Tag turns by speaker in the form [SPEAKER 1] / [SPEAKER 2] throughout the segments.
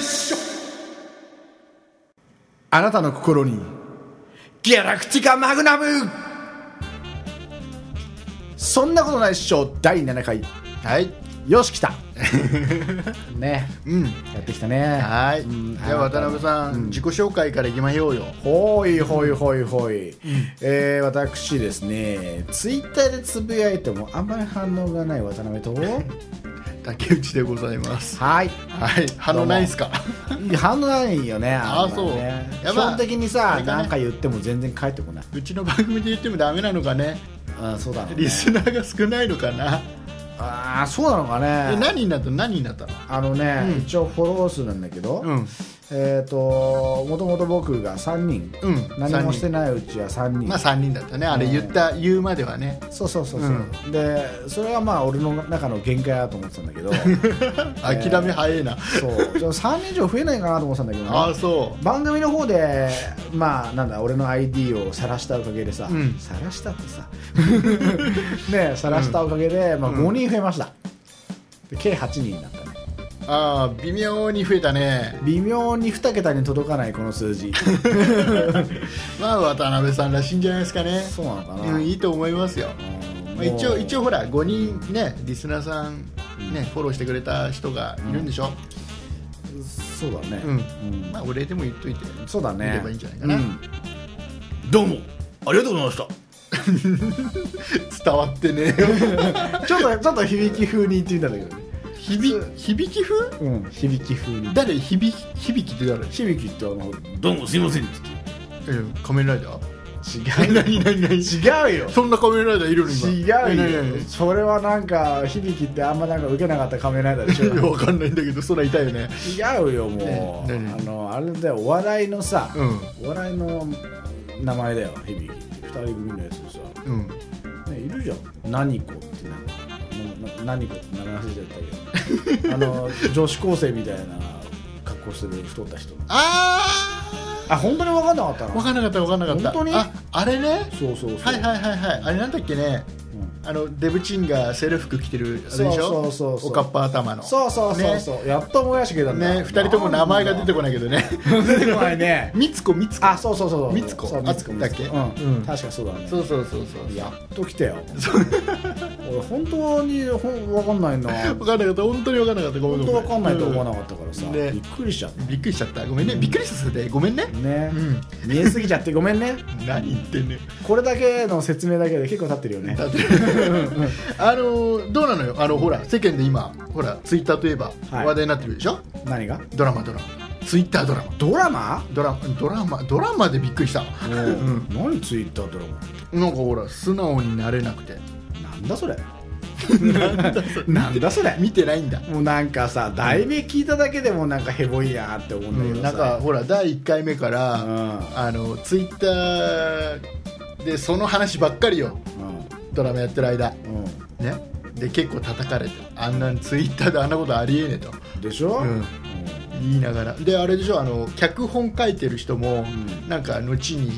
[SPEAKER 1] ションあなたの心にギャラクティカマグナムそんなことないっしょ第7回
[SPEAKER 2] はい
[SPEAKER 1] よし来たね
[SPEAKER 2] うん
[SPEAKER 1] やってきたね
[SPEAKER 2] はい
[SPEAKER 1] うん
[SPEAKER 2] じゃあ渡辺さん、自己紹介からいきましょうよ
[SPEAKER 1] ほいほいほいほい、えー私ですねツイッターでつぶやいてもあんまり反応がない渡辺と
[SPEAKER 2] 竹内でございます
[SPEAKER 1] はい
[SPEAKER 2] はい反応ないんすか
[SPEAKER 1] 反応ないよね
[SPEAKER 2] あ
[SPEAKER 1] んまりね
[SPEAKER 2] そう
[SPEAKER 1] 基
[SPEAKER 2] やっぱ
[SPEAKER 1] 本的に
[SPEAKER 2] あ
[SPEAKER 1] さ
[SPEAKER 2] れかね
[SPEAKER 1] 何か言っても全然返ってこないう
[SPEAKER 2] ちの番組で言ってもダメなのかね
[SPEAKER 1] あそうだろうね
[SPEAKER 2] リスナーが少ないのかな
[SPEAKER 1] ああそうなのか
[SPEAKER 2] え
[SPEAKER 1] ね
[SPEAKER 2] 何になったの何になったの
[SPEAKER 1] あのね、
[SPEAKER 2] うん
[SPEAKER 1] 一応フォロー数なんだけど、
[SPEAKER 2] うん
[SPEAKER 1] えっ、ともともと僕が3人、
[SPEAKER 2] うん
[SPEAKER 1] 何もして
[SPEAKER 2] な
[SPEAKER 1] ないうちは3人、
[SPEAKER 2] まあ3人だったねあれ言った、言うまではね
[SPEAKER 1] そうそうそうそう、でそれはまあ俺の中の限界だと思ってたん だけど
[SPEAKER 2] 諦め早いな、
[SPEAKER 1] そうじゃあ3人以上増えないかなと思ってたんだけどね、
[SPEAKER 2] ああそ
[SPEAKER 1] 番組の方でまあなんだ俺の ID を晒したおかげでさ、
[SPEAKER 2] うん
[SPEAKER 1] 晒したってさ ね晒したおかげで、まあ、
[SPEAKER 2] うん
[SPEAKER 1] 5人増えました、で計8人になったね
[SPEAKER 2] うああ微妙に増えたね
[SPEAKER 1] 微妙に2桁に届かないこの数 字
[SPEAKER 2] まあ渡辺さんらしいんじゃないですかね
[SPEAKER 1] そうなのかな、
[SPEAKER 2] うんいいと思いますよ、
[SPEAKER 1] うん
[SPEAKER 2] まあ、一
[SPEAKER 1] も
[SPEAKER 2] 応
[SPEAKER 1] う
[SPEAKER 2] 一応ほら5人ねリスナーさんねフォローしてくれた人がいるんでしょ、
[SPEAKER 1] そうだね、
[SPEAKER 2] うんまあお礼でも言っといて
[SPEAKER 1] そうだね
[SPEAKER 2] 見ればいいんじゃないかな
[SPEAKER 1] うん
[SPEAKER 2] どうもありがとうございました伝わって ねえよ
[SPEAKER 1] ちょっとちょっと響き風に言ってみたんだけどね
[SPEAKER 2] 響響き風
[SPEAKER 1] うん響き風に
[SPEAKER 2] 誰響き響きって誰
[SPEAKER 1] 響きってあの
[SPEAKER 3] どうもすいませんって言って
[SPEAKER 2] え仮面ライダ
[SPEAKER 1] 違
[SPEAKER 2] ー 何何何
[SPEAKER 1] う違うよ
[SPEAKER 2] そんな仮面ライダーいるの
[SPEAKER 1] 違
[SPEAKER 2] 今え何
[SPEAKER 1] うよそれはなんか響きってあんまなんか受けなかった仮面ライダーでし
[SPEAKER 2] 何何いや
[SPEAKER 1] ょ
[SPEAKER 2] わかんないんだけど空痛いよね
[SPEAKER 1] 違うよもう、
[SPEAKER 2] ね何
[SPEAKER 1] あのあれだよお笑いのさ、
[SPEAKER 2] うん
[SPEAKER 1] お笑いの名前だよ響きって二人組のやつで
[SPEAKER 2] うん
[SPEAKER 1] さ、ね、いるじゃん何子ってなんかなな何子って名前忘れちゃっ たけどあの女子高生みたいな格好してる太った人
[SPEAKER 2] あ
[SPEAKER 1] あ本当に分かんなかった
[SPEAKER 2] あ
[SPEAKER 1] な
[SPEAKER 2] 分かんなかった分かんなかった
[SPEAKER 1] 本当に
[SPEAKER 2] ああれね
[SPEAKER 1] そうそうそう
[SPEAKER 2] はいはいはいはいあれなんだっけね
[SPEAKER 1] うん
[SPEAKER 2] あのデブチンがセル服着てるあれでしょ
[SPEAKER 1] そうそうそうそう
[SPEAKER 2] おかっぱ頭の
[SPEAKER 1] そうそうそうそう、やっと思い出してくれたんだ
[SPEAKER 2] ね二人とも名前が出てこないけどね
[SPEAKER 1] ない出てこない ね
[SPEAKER 2] みつこみつこ
[SPEAKER 1] あそうそうそうそう
[SPEAKER 2] みつこ
[SPEAKER 1] そう
[SPEAKER 2] あ
[SPEAKER 1] みつこ
[SPEAKER 2] だっけ
[SPEAKER 1] みつこうん、
[SPEAKER 2] うん
[SPEAKER 1] 確かそうだね
[SPEAKER 2] そうそうそうそう
[SPEAKER 1] やっと来たよ 俺本当にほん分かんないな
[SPEAKER 2] 分かんなかった本当に分かんなかったごめん
[SPEAKER 1] 本
[SPEAKER 2] ご
[SPEAKER 1] 当
[SPEAKER 2] めん
[SPEAKER 1] 分かんないと思わなかったからさ、
[SPEAKER 2] うんね
[SPEAKER 1] びっくりしちゃっ
[SPEAKER 2] うんびっくりしちゃったごめんねびっくりさせてごめんね
[SPEAKER 1] たね、
[SPEAKER 2] うん
[SPEAKER 1] 見えすぎちゃってごめんね
[SPEAKER 2] 何言ってんねん
[SPEAKER 1] これだけの説明だけで結構経ってるよね
[SPEAKER 2] だってあのーどうなのよあのほら世間で今ほらツイッターといえば
[SPEAKER 1] はい
[SPEAKER 2] 話題になってるでしょ
[SPEAKER 1] 何が
[SPEAKER 2] ドラマドラマツイッタードラマ
[SPEAKER 1] ドラマ
[SPEAKER 2] ドラドラマドラマでびっくりした
[SPEAKER 1] もう、何ツイッタードラマ
[SPEAKER 2] なんかほら素直になれなくて
[SPEAKER 1] なんだそれなんだそれ
[SPEAKER 2] 見てないんだ
[SPEAKER 1] もうなんかさ題名聞いただけでもなんかヘボいなって思うんだけどさ、
[SPEAKER 2] なんかほら第1回目から、
[SPEAKER 1] うん
[SPEAKER 2] あのツイッターでその話ばっかりよドラマやってる間
[SPEAKER 1] うん、うん
[SPEAKER 2] ねで結構叩かれてあんなツイッターであんなことありえねえと
[SPEAKER 1] でしょ、
[SPEAKER 2] うん言いながらであれでしょあの脚本書いてる人も、
[SPEAKER 1] ん
[SPEAKER 2] なんか後に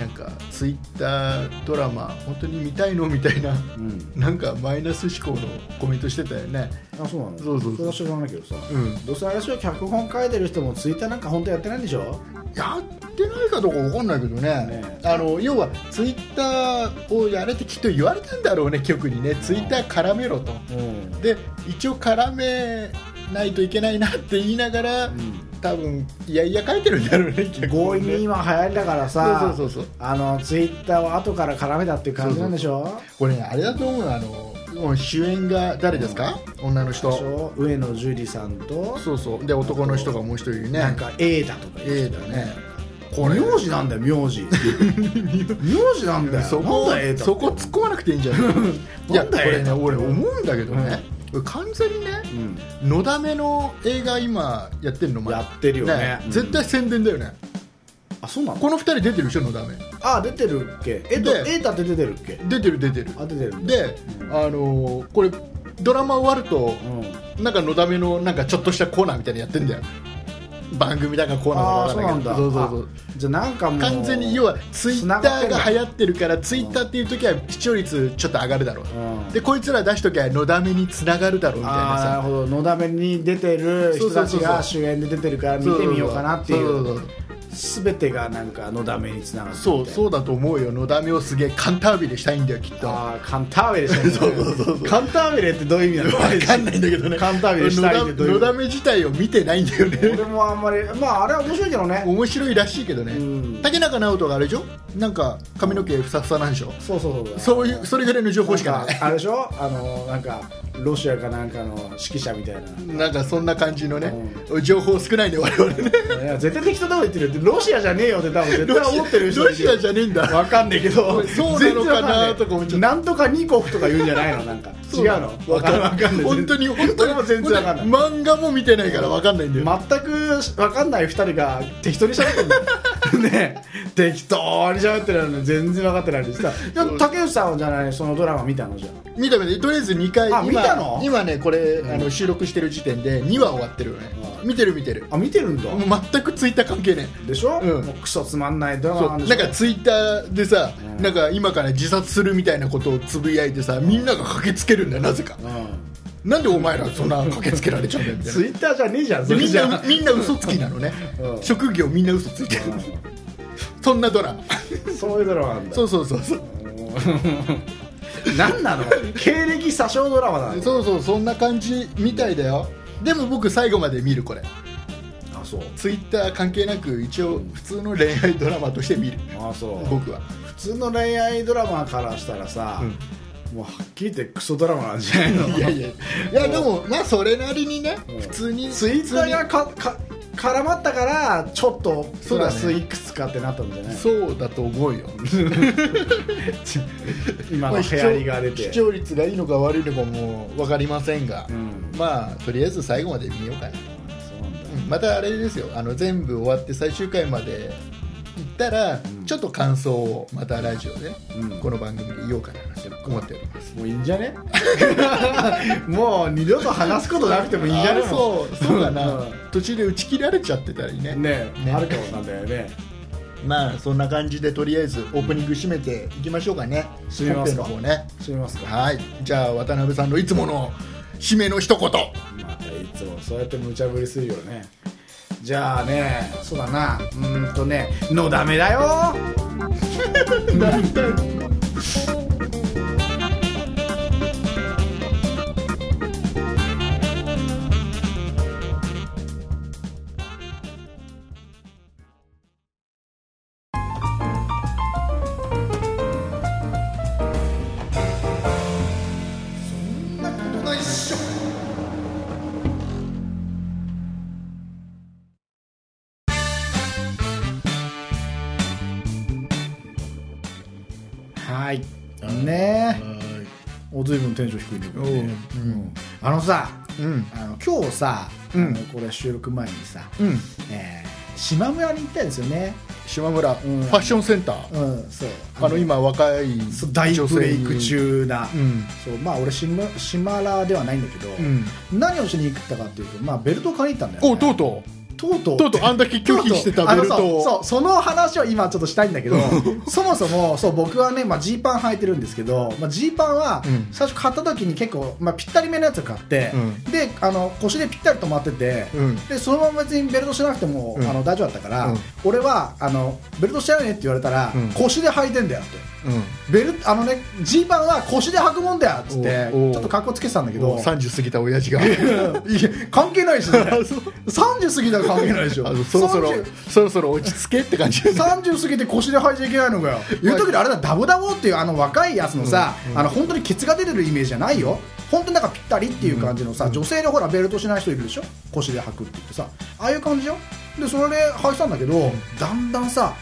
[SPEAKER 2] なんかツイッタードラマ本当に見たいのみたいな
[SPEAKER 1] うん
[SPEAKER 2] なんかマイナス思考のコメントしてたよね
[SPEAKER 1] あそうなの
[SPEAKER 2] そうそうそう
[SPEAKER 1] それは知らないけどさ、
[SPEAKER 2] うん
[SPEAKER 1] どうせあれでしょ脚本書いてる人もツイッターなんか本当やってないんでしょ
[SPEAKER 2] やってないかどうかわかんないけどね
[SPEAKER 1] ね
[SPEAKER 2] あの要はツイッターをやれってきっと言われたんだろうね局にねツイッター絡めろと
[SPEAKER 1] うん
[SPEAKER 2] で一応絡めないといけないなって言いながら、多分いやいや書いてるんだろうね脚
[SPEAKER 1] 強
[SPEAKER 2] 本
[SPEAKER 1] 引に
[SPEAKER 2] ね
[SPEAKER 1] 今流行りだからさ
[SPEAKER 2] そうそうそうそう
[SPEAKER 1] あのツイッターを後から絡めたっていう感じなんでしょ
[SPEAKER 2] これねあれだと思うよあのもう主演が誰ですか、女の人
[SPEAKER 1] でしょ上野樹里さんと、
[SPEAKER 2] そうそうで男の人がもう一人いるね
[SPEAKER 1] なんか A だとか言
[SPEAKER 2] A
[SPEAKER 1] う人
[SPEAKER 2] だ
[SPEAKER 1] よ
[SPEAKER 2] ね
[SPEAKER 1] これ名字なんだよ 名字名字なんだよ
[SPEAKER 2] そこ
[SPEAKER 1] なんだ A だ
[SPEAKER 2] そこ突っ込まなくていいんじゃないいや
[SPEAKER 1] なん
[SPEAKER 2] こ
[SPEAKER 1] だ
[SPEAKER 2] れ
[SPEAKER 1] A
[SPEAKER 2] ね
[SPEAKER 1] だ
[SPEAKER 2] 俺思うんだけどね、完全にね
[SPEAKER 1] うん
[SPEAKER 2] のだめの映画今やってるのまだ
[SPEAKER 1] やってるよねうん
[SPEAKER 2] 絶対宣伝だよね、
[SPEAKER 1] あそうなの
[SPEAKER 2] この二人出てるでしょのだめ
[SPEAKER 1] あ出てるっけえっと
[SPEAKER 2] で
[SPEAKER 1] A だって出てるっけ
[SPEAKER 2] 出てる出てる
[SPEAKER 1] あ出てるんだ
[SPEAKER 2] で、あのーこれドラマ終わると
[SPEAKER 1] うん
[SPEAKER 2] なんかのだめのなんかちょっとしたコーナーみたいなのやってんだよ番組だかコーナ
[SPEAKER 1] ああ
[SPEAKER 2] ーだか
[SPEAKER 1] そ
[SPEAKER 2] 分かんないけどそう
[SPEAKER 1] うなんだ
[SPEAKER 2] そうそう
[SPEAKER 1] あじゃあなんかもう
[SPEAKER 2] 完全に要はツイッターが流行ってるからツイッターっていう時は視聴率ちょっと上がるだろう
[SPEAKER 1] うん
[SPEAKER 2] でこいつら出しときゃのだめにつながるだろうみたい
[SPEAKER 1] あ
[SPEAKER 2] な
[SPEAKER 1] あな
[SPEAKER 2] さ
[SPEAKER 1] るほどのだめに出てる人たちが主演で出てるから見てみようかなってい
[SPEAKER 2] そうそ
[SPEAKER 1] 全てがなんかのだめにつながって
[SPEAKER 2] そうそうそううだと思うよのだめをすげえカンタービレしたいんだよきっとわ
[SPEAKER 1] ああカンターベレしたいね
[SPEAKER 2] そうそうそうそう
[SPEAKER 1] カンターベレってどういう意味なの
[SPEAKER 2] かんないんだけどね
[SPEAKER 1] カンタービレしたいってどういう
[SPEAKER 2] のだめ自体を見てないんだよね
[SPEAKER 1] 俺もあんまりまああれは面白いけどね
[SPEAKER 2] 面白いらしいけどね、
[SPEAKER 1] うん
[SPEAKER 2] 竹中直人があれでしょなんか髪の毛ふさふさなんでしょ、
[SPEAKER 1] そうそうそう
[SPEAKER 2] そういうそれぐらいの情報しか
[SPEAKER 1] な
[SPEAKER 2] なんい
[SPEAKER 1] かあれでしょあのなんかロシアかなんかの指揮者みたいな
[SPEAKER 2] なんかそんな感じのね、情報少ないね我々ね
[SPEAKER 1] いや絶対適当なこと言ってるよロシアじゃねえよって多分絶対思ってる人
[SPEAKER 2] ロシアじゃねえんだ
[SPEAKER 1] わかんないけど
[SPEAKER 2] そうなのかな
[SPEAKER 1] 全然わんい
[SPEAKER 2] とか思っちゃった
[SPEAKER 1] なんとかニコフとか言うんじゃないのなんか違うの
[SPEAKER 2] わかんない本当に本当
[SPEAKER 1] 俺
[SPEAKER 2] に
[SPEAKER 1] も全然わかんない
[SPEAKER 2] 漫画も見てないからわかんないんだよ、
[SPEAKER 1] 全くわかんない2人が適当に喋ってるの ねえ適当に喋ってるのに全然分かってないですでも竹内さんはじゃないそのドラマ見たのじゃん
[SPEAKER 2] 見た目でとりあえず2回
[SPEAKER 1] あ
[SPEAKER 2] 今
[SPEAKER 1] 見たの
[SPEAKER 2] 今ねこれ、
[SPEAKER 1] ん
[SPEAKER 2] あの収録してる時点で2話終わってるよね、
[SPEAKER 1] う
[SPEAKER 2] 見てる見てる
[SPEAKER 1] あ見てるんだ
[SPEAKER 2] もう全くツイッター関係ねえ
[SPEAKER 1] でしょ、
[SPEAKER 2] うん
[SPEAKER 1] もうクソつまんないドラ
[SPEAKER 2] そ
[SPEAKER 1] マ
[SPEAKER 2] う
[SPEAKER 1] なんでし
[SPEAKER 2] なん
[SPEAKER 1] ょ
[SPEAKER 2] かツイッターでさ、
[SPEAKER 1] うん
[SPEAKER 2] なんか今から自殺するみたいなことをつぶやいてさみんなが駆けつけるんだよなぜかなんでお前らそんな駆けつけられちゃうんだよみたい
[SPEAKER 1] ツ
[SPEAKER 2] な
[SPEAKER 1] イッターじゃねえじゃん
[SPEAKER 2] で
[SPEAKER 1] それ
[SPEAKER 2] みん
[SPEAKER 1] じゃ
[SPEAKER 2] なみんな嘘つきなのね、
[SPEAKER 1] うん
[SPEAKER 2] 職業みんな嘘ついてる、そんなドラマ
[SPEAKER 1] そういうドラマなんだ
[SPEAKER 2] そうそうそうそう
[SPEAKER 1] 何なの経歴詐称ドラマなの
[SPEAKER 2] そうそうそんな感じみたいだよでも僕最後まで見るこれ
[SPEAKER 1] あそう
[SPEAKER 2] ツイッター関係なく一応普通の恋愛ドラマとして見る
[SPEAKER 1] あそう
[SPEAKER 2] 僕は
[SPEAKER 1] 普通の恋愛ドラマからしたらさ、もうはっきり言ってクソドラマなんじゃないの
[SPEAKER 2] いやいやいやでもまあそれなりにね
[SPEAKER 1] うん
[SPEAKER 2] 普通に
[SPEAKER 1] ツイッターがかか絡まったからちょっと
[SPEAKER 2] そ
[SPEAKER 1] プ
[SPEAKER 2] うだ
[SPEAKER 1] ラ
[SPEAKER 2] ね
[SPEAKER 1] スいくつかってなったんじゃない、
[SPEAKER 2] そうだと思うよま
[SPEAKER 1] 今
[SPEAKER 2] あ
[SPEAKER 1] の
[SPEAKER 2] 視
[SPEAKER 1] 流
[SPEAKER 2] 聴
[SPEAKER 1] 行りが出て
[SPEAKER 2] 視聴率がいいのか悪いのかも分かりませんが、
[SPEAKER 1] うん
[SPEAKER 2] まあとりあえず最後まで見ようかな、
[SPEAKER 1] そうなんだ
[SPEAKER 2] うんまたあれですよあの全部終わって最終回まで行ったら、
[SPEAKER 1] ん
[SPEAKER 2] ちょっと感想をまたラジオで、
[SPEAKER 1] うん
[SPEAKER 2] この番組で言おうかなと思っております
[SPEAKER 1] もういいんじゃね もう二度と話すことなくてもいいんじゃね
[SPEAKER 2] あーそうそうだな、
[SPEAKER 1] うん
[SPEAKER 2] 途中で打ち切られちゃってたりね
[SPEAKER 1] ね
[SPEAKER 2] ね
[SPEAKER 1] あるかもなんだよね
[SPEAKER 2] まあそんな感じでとりあえずオープニング締めていきましょうかね
[SPEAKER 1] 締めますか
[SPEAKER 2] 本編の方ね
[SPEAKER 1] 知りますか
[SPEAKER 2] はいじゃあ渡辺さんのいつもの締めの一言
[SPEAKER 1] またいつもそうやって無茶ぶりするよねじゃあねそうだなうーんとねのだめだよはいねおずいぶんテンション低いんだけどねうんあのさ
[SPEAKER 2] うん
[SPEAKER 1] あの今日さ、
[SPEAKER 2] うん
[SPEAKER 1] あのこれ収録前にさ、
[SPEAKER 2] うん
[SPEAKER 1] えー島村に行ったんですよね
[SPEAKER 2] 島村、
[SPEAKER 1] ん
[SPEAKER 2] ファッションセンター、
[SPEAKER 1] うんそう
[SPEAKER 2] あの今若い
[SPEAKER 1] そう大ブレイク
[SPEAKER 2] 女性に
[SPEAKER 1] 中な、
[SPEAKER 2] うん
[SPEAKER 1] そうまあ俺島島らではないんだけど、
[SPEAKER 2] ん
[SPEAKER 1] 何をしに行ったかっていうと、まあ、ベルトを買いに行ったんだよ、
[SPEAKER 2] お
[SPEAKER 1] ね、
[SPEAKER 2] とうと
[SPEAKER 1] とうと
[SPEAKER 2] う
[SPEAKER 1] う
[SPEAKER 2] とうとうあんだけ拒否してたベル ト
[SPEAKER 1] あのそう
[SPEAKER 2] を
[SPEAKER 1] そうその話を今ちょっとしたいんだ けどそもそもそう僕はねまあジー、パン履いてるんですけどまあジー、パンは
[SPEAKER 2] うん
[SPEAKER 1] 最初買った時に結構、まあ、ぴったりめのやつを買って、
[SPEAKER 2] う
[SPEAKER 1] であの腰でぴったり止まってて、
[SPEAKER 2] うん
[SPEAKER 1] でそのまま別にベルトしてなくても、
[SPEAKER 2] うん
[SPEAKER 1] あの大丈夫だったから、
[SPEAKER 2] うん
[SPEAKER 1] 俺はあのベルトしてないねって言われたら、
[SPEAKER 2] うん
[SPEAKER 1] 腰で履いてんだよって。
[SPEAKER 2] う
[SPEAKER 1] ベルあのねジーパンは腰で履くもんだよっつってち
[SPEAKER 2] おうおう
[SPEAKER 1] ょっと格好つけてたんだけ
[SPEAKER 2] んも
[SPEAKER 1] ど
[SPEAKER 2] う30過ぎた親父が
[SPEAKER 1] いや関係ないし ね30過ぎたら関係ないでしょ
[SPEAKER 2] あのそろそろ
[SPEAKER 1] 30
[SPEAKER 2] そろそろ落ち着けって感じだね
[SPEAKER 1] 30過ぎて腰で履いちゃいけないのかよ言う時であれだダボダボっていうあの若いやつのさ、あの本当にケツが出てるイメージじゃないよ本当になんかぴったりっていう感じのさ、女性でほらベルトしない人いるでしょ腰で履くって言ってさああいう感じよでそれで履いてたんだけど、だんだんさ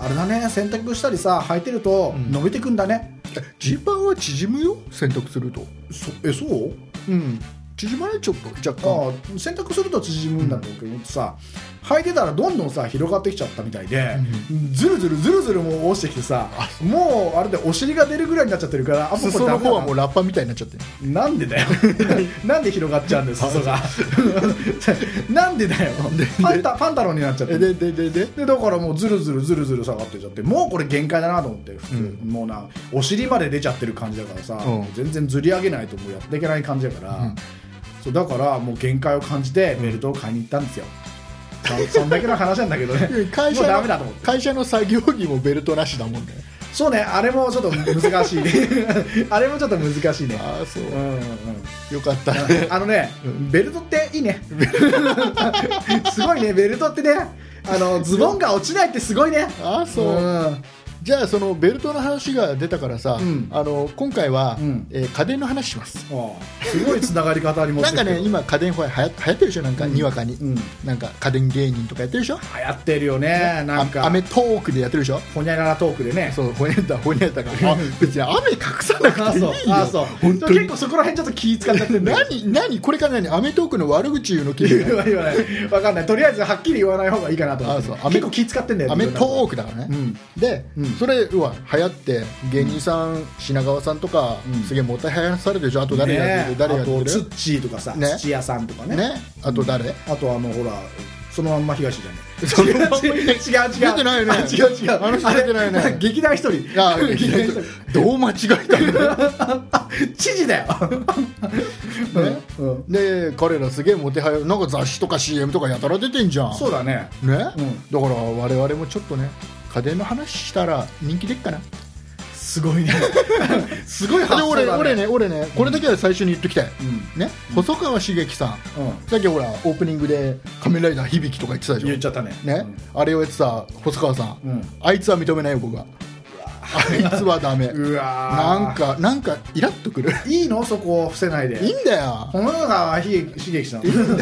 [SPEAKER 1] あれだね洗濯したりさ履いてると伸びてくんだね、
[SPEAKER 2] ジーパンは縮むよ洗濯すると
[SPEAKER 1] そえそう
[SPEAKER 2] うん縮まれちょっと若干
[SPEAKER 1] ああ選択すると縮むんだろうけどさ、履いてたらどんどんさ広がってきちゃったみたいで、ずるずるずるずるもう落ちてきてさもうあれでお尻が出るぐらいになっちゃってるからあもうこれ
[SPEAKER 2] 裾
[SPEAKER 1] ダ
[SPEAKER 2] の
[SPEAKER 1] メだ
[SPEAKER 2] 方は
[SPEAKER 1] な
[SPEAKER 2] もうラッパみたいになっちゃってる
[SPEAKER 1] なん でだよなんで広がっちゃうんです裾がなんでだよパンタパンタロンになっちゃって
[SPEAKER 2] え
[SPEAKER 1] る
[SPEAKER 2] でででで
[SPEAKER 1] でだからもうずるずるずるずる下がってっちゃってもうこれ限界だなと思って、普通もうなお尻まで出ちゃってる感じだからさ、
[SPEAKER 2] うん
[SPEAKER 1] 全然ずり上げないともうやっていけない感じだから、
[SPEAKER 2] うん
[SPEAKER 1] そうだからもう限界を感じてベルトを買いに行ったんですよ、そそんだけの話なんだけどね
[SPEAKER 2] 会
[SPEAKER 1] もう
[SPEAKER 2] 社
[SPEAKER 1] ダメだと思
[SPEAKER 2] の
[SPEAKER 1] って
[SPEAKER 2] 会社の作業着もベルトなしだもんね
[SPEAKER 1] そうねあれもちょっと難しい あれもちょっと難しいね
[SPEAKER 2] ああそう
[SPEAKER 1] うんうんうん
[SPEAKER 2] よかったね
[SPEAKER 1] あのね、ベルトっていいね すごいねベルトってねあのズボンが落ちないってすごいね
[SPEAKER 2] ああそう、
[SPEAKER 1] ん
[SPEAKER 2] じゃあそのベルトの話が出たからさ、
[SPEAKER 1] うん
[SPEAKER 2] あの今回は、
[SPEAKER 1] うん
[SPEAKER 2] えー家電の話します
[SPEAKER 1] ああすごいつながり方ありま
[SPEAKER 2] な
[SPEAKER 1] す
[SPEAKER 2] んかね今家電ほらはや流行ってるでしょなんか、にわかに、
[SPEAKER 1] うん
[SPEAKER 2] なんか家電芸人とかやってるでしょ
[SPEAKER 1] 流行ってるよねなん
[SPEAKER 2] あア
[SPEAKER 1] か
[SPEAKER 2] メトークでやってるでしょ
[SPEAKER 1] ほにゃららトークでね
[SPEAKER 2] そうほにゃったほにゃった からあ別に雨隠さな
[SPEAKER 1] あ
[SPEAKER 2] く
[SPEAKER 1] あ
[SPEAKER 2] ていい
[SPEAKER 1] そ
[SPEAKER 2] よ
[SPEAKER 1] うああそう
[SPEAKER 2] 本当に
[SPEAKER 1] 結構そこら辺ちょっと気使っちゃってんだよ
[SPEAKER 2] 何何これから何アメトークの悪口言うの聞いて
[SPEAKER 1] 言わない言わない分かんないとりあえずはっきり言わない方がいいかなと思っ
[SPEAKER 2] あ
[SPEAKER 1] て
[SPEAKER 2] そうアメ
[SPEAKER 1] 結構気使ってんだよ
[SPEAKER 2] アメトー
[SPEAKER 1] ク
[SPEAKER 2] クだからね、
[SPEAKER 1] うん
[SPEAKER 2] で、
[SPEAKER 1] うん
[SPEAKER 2] それは流行って芸人さん、品川さんとか、
[SPEAKER 1] うん
[SPEAKER 2] すげえもたやされてるでしょあと誰やってる、誰や
[SPEAKER 1] あ
[SPEAKER 2] って
[SPEAKER 1] と
[SPEAKER 2] る
[SPEAKER 1] ツッチーとかさ
[SPEAKER 2] ね
[SPEAKER 1] 土屋さんとかね
[SPEAKER 2] ねあと 誰、
[SPEAKER 1] あとあのほらそのまんま東じゃねえ
[SPEAKER 2] その
[SPEAKER 1] 違う違う違う
[SPEAKER 2] 出てないよね
[SPEAKER 1] あ違う違う
[SPEAKER 2] あの人出てないよね
[SPEAKER 1] あれ劇団一人
[SPEAKER 2] あ
[SPEAKER 1] 劇団一人
[SPEAKER 2] どう間違えたんだ
[SPEAKER 1] 知事だよ
[SPEAKER 2] ね
[SPEAKER 1] うん
[SPEAKER 2] で彼らすげえもてはやなんか雑誌とか CM とかやたら出てんじゃん
[SPEAKER 1] そうだね
[SPEAKER 2] ね、だ
[SPEAKER 1] うん
[SPEAKER 2] から我々もちょっとね家電の話したら人気でっかな、
[SPEAKER 1] すごいね すごい
[SPEAKER 2] で
[SPEAKER 1] 発想だ、
[SPEAKER 2] 俺
[SPEAKER 1] ね、
[SPEAKER 2] 俺ね俺ねこれだけは最初に言っときたい、ね細川茂樹さん
[SPEAKER 1] うん
[SPEAKER 2] さっきほらオープニングで「仮面ライダー響」とか言ってたでしょ
[SPEAKER 1] 言っちゃったね
[SPEAKER 2] ね、あれをやってた細川さん、
[SPEAKER 1] うん
[SPEAKER 2] あいつは認めないよ僕はあいつはダメ
[SPEAKER 1] うんうわー
[SPEAKER 2] なんかなんかイラッとくる
[SPEAKER 1] いいのそこを伏せないで
[SPEAKER 2] いいんだよ
[SPEAKER 1] この世が悲劇さんこの世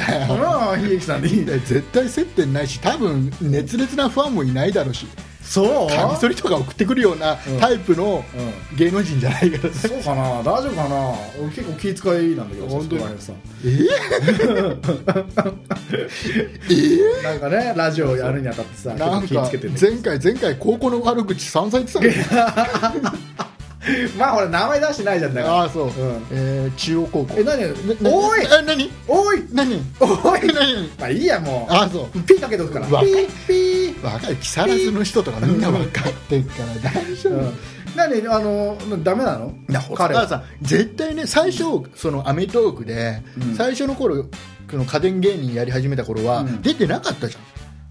[SPEAKER 1] が悲劇さんでいいんだよ
[SPEAKER 2] 絶対接点ないし多分熱烈なファンもいないだろうし
[SPEAKER 1] そう
[SPEAKER 2] カミソリとか送ってくるような
[SPEAKER 1] うん
[SPEAKER 2] タイプの
[SPEAKER 1] うん
[SPEAKER 2] 芸能人じゃないから
[SPEAKER 1] そうかな大丈夫かな俺結構気遣いなんだけど
[SPEAKER 2] 本当に
[SPEAKER 1] そこら辺さ
[SPEAKER 2] え ーえ
[SPEAKER 1] なんかねラジオやるにあたってさ
[SPEAKER 2] ー
[SPEAKER 1] 結
[SPEAKER 2] な
[SPEAKER 1] 構
[SPEAKER 2] ん
[SPEAKER 1] 気
[SPEAKER 2] か
[SPEAKER 1] 付けてるんだけど
[SPEAKER 2] 前回前回高校の悪口散々言ってたのに
[SPEAKER 1] まあほら名前出してないじゃんだから
[SPEAKER 2] ああそう、
[SPEAKER 1] ん
[SPEAKER 2] えー中央高校
[SPEAKER 1] え何
[SPEAKER 2] な
[SPEAKER 1] おい
[SPEAKER 2] え何
[SPEAKER 1] おい
[SPEAKER 2] 何
[SPEAKER 1] おい
[SPEAKER 2] 何
[SPEAKER 1] まあいいやもう
[SPEAKER 2] ああそう
[SPEAKER 1] ピーかけとくからピ
[SPEAKER 2] わか
[SPEAKER 1] ーピー
[SPEAKER 2] 若い木更津の人とかみんな分かってるから大丈夫、
[SPEAKER 1] 何あのダメなの彼
[SPEAKER 2] だから
[SPEAKER 1] は
[SPEAKER 2] さ絶対ね最初その『アメトークで』
[SPEAKER 1] うん
[SPEAKER 2] 最初の頃この家電芸人やり始めた頃は、
[SPEAKER 1] うん
[SPEAKER 2] 出てなかったじゃん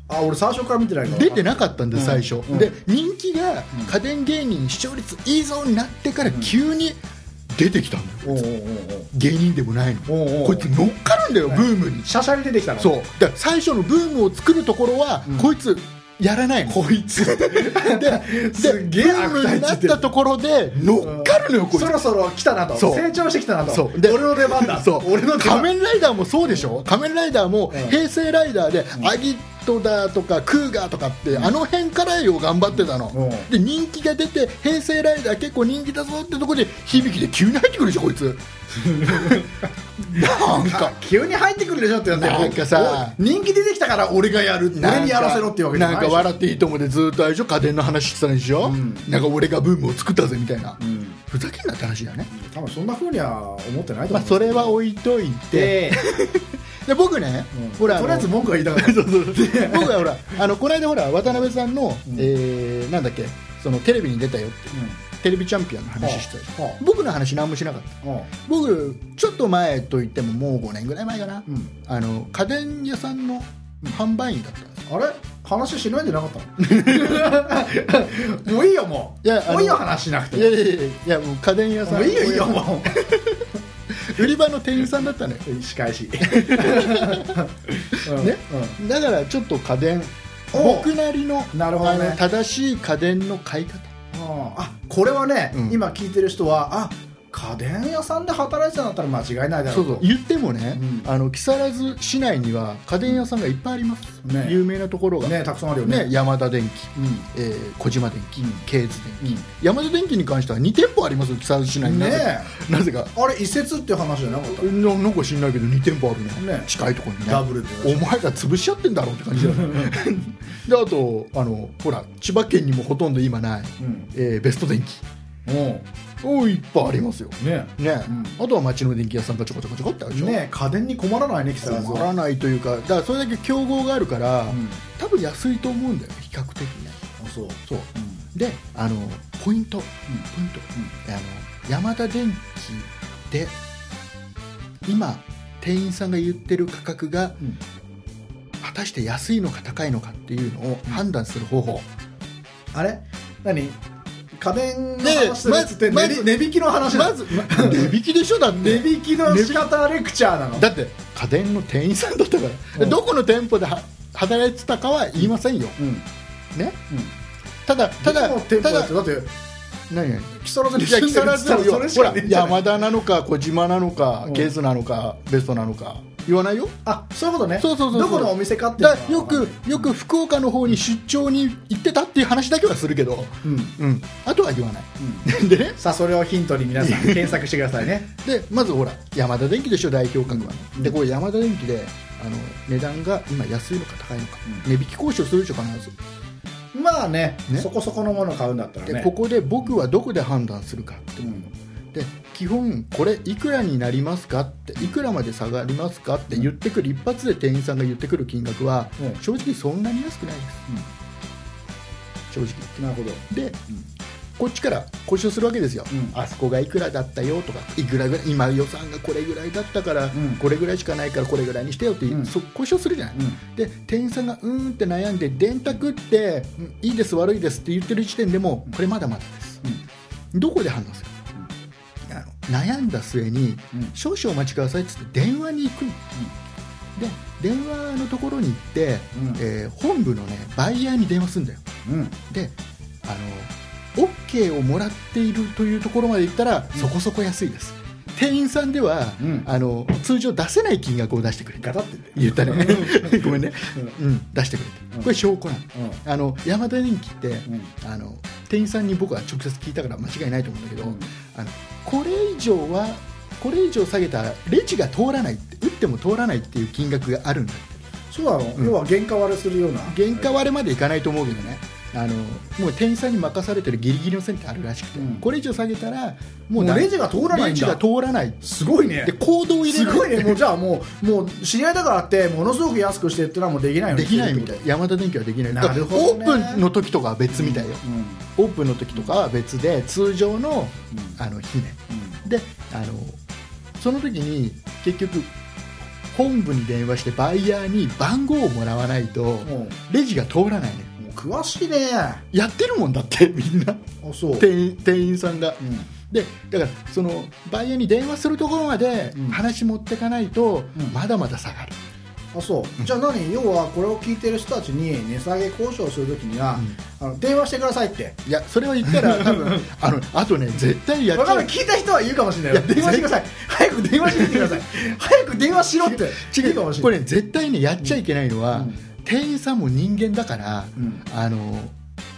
[SPEAKER 1] あ俺最初から見てないから
[SPEAKER 2] 出てなかったんで
[SPEAKER 1] うん
[SPEAKER 2] 最初、
[SPEAKER 1] うん
[SPEAKER 2] で人気が家電芸人視聴率いいぞになってから急に出てきたんだよ
[SPEAKER 1] おうおうおう
[SPEAKER 2] 芸人でもないの
[SPEAKER 1] おうおうおう
[SPEAKER 2] こいつ乗っかるんだよブームに
[SPEAKER 1] シャシャに出てきたの
[SPEAKER 2] そうだから最初のブームを作るところは、
[SPEAKER 1] うん
[SPEAKER 2] こいつやらないの
[SPEAKER 1] こ いつ
[SPEAKER 2] で
[SPEAKER 1] すげえ
[SPEAKER 2] ブームになったところで乗っかるのよこいつ
[SPEAKER 1] そろそろ来たなと
[SPEAKER 2] そう
[SPEAKER 1] 成長してきたなと
[SPEAKER 2] そうで
[SPEAKER 1] 俺の出番だ
[SPEAKER 2] そう
[SPEAKER 1] 俺の出
[SPEAKER 2] 仮
[SPEAKER 1] 番
[SPEAKER 2] 面ライダーもそうでしょ仮面ライダーも
[SPEAKER 1] うん
[SPEAKER 2] 平成ライダーで、アギトだとかクーガーとかって、あの辺からよ頑張ってたの、
[SPEAKER 1] うん
[SPEAKER 2] で人気が出て平成ライダー結構人気だぞってとこで響きで急に入ってくるでしょこい つなんか
[SPEAKER 1] 急に入ってくるでしょって言われて
[SPEAKER 2] なんかさ
[SPEAKER 1] お人気出てきたから俺がやる俺にやらせろっていうわけじゃない
[SPEAKER 2] なん
[SPEAKER 1] で
[SPEAKER 2] か
[SPEAKER 1] しょ
[SPEAKER 2] 笑っていいともでずっとあれでしょ家電の話してたんでしょ、
[SPEAKER 1] ん
[SPEAKER 2] なんか俺がブームを作ったぜみたいな、
[SPEAKER 1] ん
[SPEAKER 2] ふざけんなって話だよね、
[SPEAKER 1] 多分そんなふうには思ってないと思う
[SPEAKER 2] まあ、それは置いといて、
[SPEAKER 1] で
[SPEAKER 2] で僕ね、ほ
[SPEAKER 1] とり
[SPEAKER 2] らあの
[SPEAKER 1] あえず文句は言いたかった
[SPEAKER 2] 僕はほらあのこの間ほら渡辺さんの、えーなんだっけそのテレビに出たよってテレビチャンピオンの話してたでしょ
[SPEAKER 1] はあはあ
[SPEAKER 2] 僕の話何もしなかった
[SPEAKER 1] うん
[SPEAKER 2] 僕ちょっと前と言ってももう5年ぐらい前かな、
[SPEAKER 1] うん
[SPEAKER 2] あの家電屋さんの販売員だったんですよ
[SPEAKER 1] あれ話しないんじゃなかったの もういいよもう
[SPEAKER 2] いやあの
[SPEAKER 1] もういいよ話しなくて
[SPEAKER 2] いやいやいやいやもう家電屋さ
[SPEAKER 1] も
[SPEAKER 2] ん
[SPEAKER 1] ういいよいいよも
[SPEAKER 2] 売り場の店員さんだったのよ、
[SPEAKER 1] う仕返 し
[SPEAKER 2] ね
[SPEAKER 1] ね、
[SPEAKER 2] だからちょっと家電
[SPEAKER 1] お
[SPEAKER 2] 僕なりの
[SPEAKER 1] なるほどね
[SPEAKER 2] あの正しい家電の買い方
[SPEAKER 1] ああこれはね、
[SPEAKER 2] うん
[SPEAKER 1] 今聞いてる人はあ家電屋さんで働いてたんだったら間違いないだろ
[SPEAKER 2] そううそう
[SPEAKER 1] と
[SPEAKER 2] 言ってもね、
[SPEAKER 1] うん
[SPEAKER 2] あの木更津市内には家電屋さんがいっぱいあります、
[SPEAKER 1] ね
[SPEAKER 2] 有名なところが、
[SPEAKER 1] ねたくさんあるよね
[SPEAKER 2] ね山田電機、
[SPEAKER 1] う
[SPEAKER 2] えー小島電機、
[SPEAKER 1] うん
[SPEAKER 2] ケーズ電機、
[SPEAKER 1] ん、
[SPEAKER 2] 山田電機に関しては2店舗ありますよ木更津市内になぜか,、
[SPEAKER 1] ね
[SPEAKER 2] なぜか
[SPEAKER 1] あれ移設っていう話じゃなかった
[SPEAKER 2] ななんか知んないけど2店舗あるね
[SPEAKER 1] ね
[SPEAKER 2] 近いところにね
[SPEAKER 1] ダブルで
[SPEAKER 2] お前ら潰しちゃってんだろうって感じだよねであとあのほら千葉県にもほとんど今ない、
[SPEAKER 1] うん
[SPEAKER 2] えーベスト電機
[SPEAKER 1] も
[SPEAKER 2] おいっぱいありますよ
[SPEAKER 1] うね
[SPEAKER 2] ね、
[SPEAKER 1] う
[SPEAKER 2] あとは町の電気屋さんがちょこちょこちょこってあるでしょ、
[SPEAKER 1] ね家電に困らないね木更津
[SPEAKER 2] 困
[SPEAKER 1] は
[SPEAKER 2] らないというかだからそれだけ競合があるから、
[SPEAKER 1] ん
[SPEAKER 2] 多分安いと思うんだよね比較的ね
[SPEAKER 1] あそう、
[SPEAKER 2] そう
[SPEAKER 1] うん
[SPEAKER 2] であのポイント、ポイント、あの山田電機で今店員さんが言ってる価格が
[SPEAKER 1] うん
[SPEAKER 2] 果たして安いのか高いのかっていうのを判断する方法、
[SPEAKER 1] あれ何家電の
[SPEAKER 2] ねえ
[SPEAKER 1] 話するっつって
[SPEAKER 2] ま
[SPEAKER 1] 値
[SPEAKER 2] ず
[SPEAKER 1] 引値引きの話
[SPEAKER 2] ま
[SPEAKER 1] なの
[SPEAKER 2] ず ま値引きでしょだって
[SPEAKER 1] 値引きの仕方レクチャーなの
[SPEAKER 2] だって家電の店員さんだったから、
[SPEAKER 1] うん
[SPEAKER 2] どこの店舗では働いてたかは言いませんよ、
[SPEAKER 1] うんうん
[SPEAKER 2] ねただただ
[SPEAKER 1] どこの店
[SPEAKER 2] た
[SPEAKER 1] 舗
[SPEAKER 2] だ
[SPEAKER 1] だってだって
[SPEAKER 2] 何何
[SPEAKER 1] 木更津に
[SPEAKER 2] いや
[SPEAKER 1] 住
[SPEAKER 2] 木
[SPEAKER 1] んでる
[SPEAKER 2] 更
[SPEAKER 1] っつったら
[SPEAKER 2] 津
[SPEAKER 1] それし
[SPEAKER 2] ほ
[SPEAKER 1] からねえんじゃない
[SPEAKER 2] 山田なのか小島なのか、
[SPEAKER 1] うん
[SPEAKER 2] ケースなのかベストなのか言わないよ
[SPEAKER 1] あそういうことね
[SPEAKER 2] そうそうそうそう
[SPEAKER 1] どこのお店かっていう
[SPEAKER 2] だ
[SPEAKER 1] のは
[SPEAKER 2] よくよく福岡の方に出張に行ってたっていう話だけはするけど、
[SPEAKER 1] うん、うん
[SPEAKER 2] うん、あとは言わない でね
[SPEAKER 1] さあそれをヒントに皆さん検索してくださいね
[SPEAKER 2] でまずほら山田電機でしょ代表格は、ね
[SPEAKER 1] うん
[SPEAKER 2] でこれ山田電機であの値段が今安いのか高いのか、
[SPEAKER 1] うん
[SPEAKER 2] 値引き交渉するでしょ必ず
[SPEAKER 1] まあね
[SPEAKER 2] ね
[SPEAKER 1] そこそこのもの買うんだったら
[SPEAKER 2] で、
[SPEAKER 1] ね
[SPEAKER 2] ここで僕はどこで判断するかって、
[SPEAKER 1] うん
[SPEAKER 2] で基本これいくらになりますかっていくらまで下がりますかって言ってくる一発で店員さんが言ってくる金額は、
[SPEAKER 1] うん
[SPEAKER 2] 正直そんなに安くないです、正直
[SPEAKER 1] なるほど
[SPEAKER 2] でこっちから交渉するわけですよ、
[SPEAKER 1] うん
[SPEAKER 2] あそこがいくらだったよとかいくらぐらい今予算がこれぐらいだったから、
[SPEAKER 1] ん
[SPEAKER 2] これぐらいしかないからこれぐらいにしてよって、
[SPEAKER 1] うん
[SPEAKER 2] そ交渉するじゃない、
[SPEAKER 1] うん
[SPEAKER 2] で店員さんがうーんって悩んで電卓ってうんいいです悪いですって言ってる時点でもうこれまだまだです、どこで判断する、あの悩んだ末に、
[SPEAKER 1] うん
[SPEAKER 2] 少々お待ちくださいっつって電話に行く、で電話のところに行って、
[SPEAKER 1] うん
[SPEAKER 2] えー本部のねバイヤーに電話するんだよ
[SPEAKER 1] うんうん
[SPEAKER 2] であの OK をもらっているというところまでいったら、そこそこ安いです店員さんでは、
[SPEAKER 1] うん
[SPEAKER 2] あの通常出せない金額を出してくれた
[SPEAKER 1] ガタってね
[SPEAKER 2] 言ったね ごめんね、うん、出してくれ
[SPEAKER 1] うん
[SPEAKER 2] たこれ証拠なの,、
[SPEAKER 1] う
[SPEAKER 2] あの山田電機って、
[SPEAKER 1] ん
[SPEAKER 2] あの店員さんに僕は直接聞いたから間違いないと思うんだけど、
[SPEAKER 1] うん
[SPEAKER 2] あのこれ以上はこれ以上下げたらレジが通らないって打っても通らないっていう金額があるんだって
[SPEAKER 1] そうなの、要は原価割れするような
[SPEAKER 2] 原価割れまでいかないと思うけどねあのもう店員さんに任されてるギリギリの線ってあるらしくて、
[SPEAKER 1] うん
[SPEAKER 2] これ以上下げたらも
[SPEAKER 1] もう
[SPEAKER 2] ダメ
[SPEAKER 1] レジが通らない
[SPEAKER 2] レ
[SPEAKER 1] ん
[SPEAKER 2] ジが
[SPEAKER 1] だ
[SPEAKER 2] 通らない
[SPEAKER 1] すごいね
[SPEAKER 2] で行動を入れ
[SPEAKER 1] す
[SPEAKER 2] ない
[SPEAKER 1] ごいねもうじゃあもうもう知り合いだからってものすごく安くしてってのはもうできないよね
[SPEAKER 2] できないみたい山田電機はできない
[SPEAKER 1] なるほど
[SPEAKER 2] だ
[SPEAKER 1] ね
[SPEAKER 2] からオープンの時とかは別みたいよ、
[SPEAKER 1] うんうん
[SPEAKER 2] オープンの時とかは別で通常のあの日ねであのその時に結局本部に電話してバイヤーに番号をもらわないと
[SPEAKER 1] うんも
[SPEAKER 2] レジが通らないね
[SPEAKER 1] うもう詳しいねあ
[SPEAKER 2] やってるもんだって みんな
[SPEAKER 1] そう
[SPEAKER 2] 店員店員さんが
[SPEAKER 1] うん
[SPEAKER 2] でだからそのバイヤーに電話するところまで
[SPEAKER 1] うん
[SPEAKER 2] 話持ってかないと、
[SPEAKER 1] うん
[SPEAKER 2] まだまだ下がる、
[SPEAKER 1] あそうじゃあ何要はこれを聞いてる人たちに値下げ交渉するときには、あの電話してくださいって
[SPEAKER 2] いやそれを言った ら多分あのあとね絶対やっ
[SPEAKER 1] 分
[SPEAKER 2] ちゃ
[SPEAKER 1] か
[SPEAKER 2] う
[SPEAKER 1] る聞いた人は言うかもしれないよ
[SPEAKER 2] いや
[SPEAKER 1] 電話してください早く電話してみてください早く電話しろって
[SPEAKER 2] 違
[SPEAKER 1] 言う
[SPEAKER 2] う
[SPEAKER 1] かもし
[SPEAKER 2] こ
[SPEAKER 1] れな
[SPEAKER 2] れね
[SPEAKER 1] い
[SPEAKER 2] 絶対ねやっちゃいけないのは、
[SPEAKER 1] うん
[SPEAKER 2] 店員さんも人間だから、
[SPEAKER 1] うん
[SPEAKER 2] あの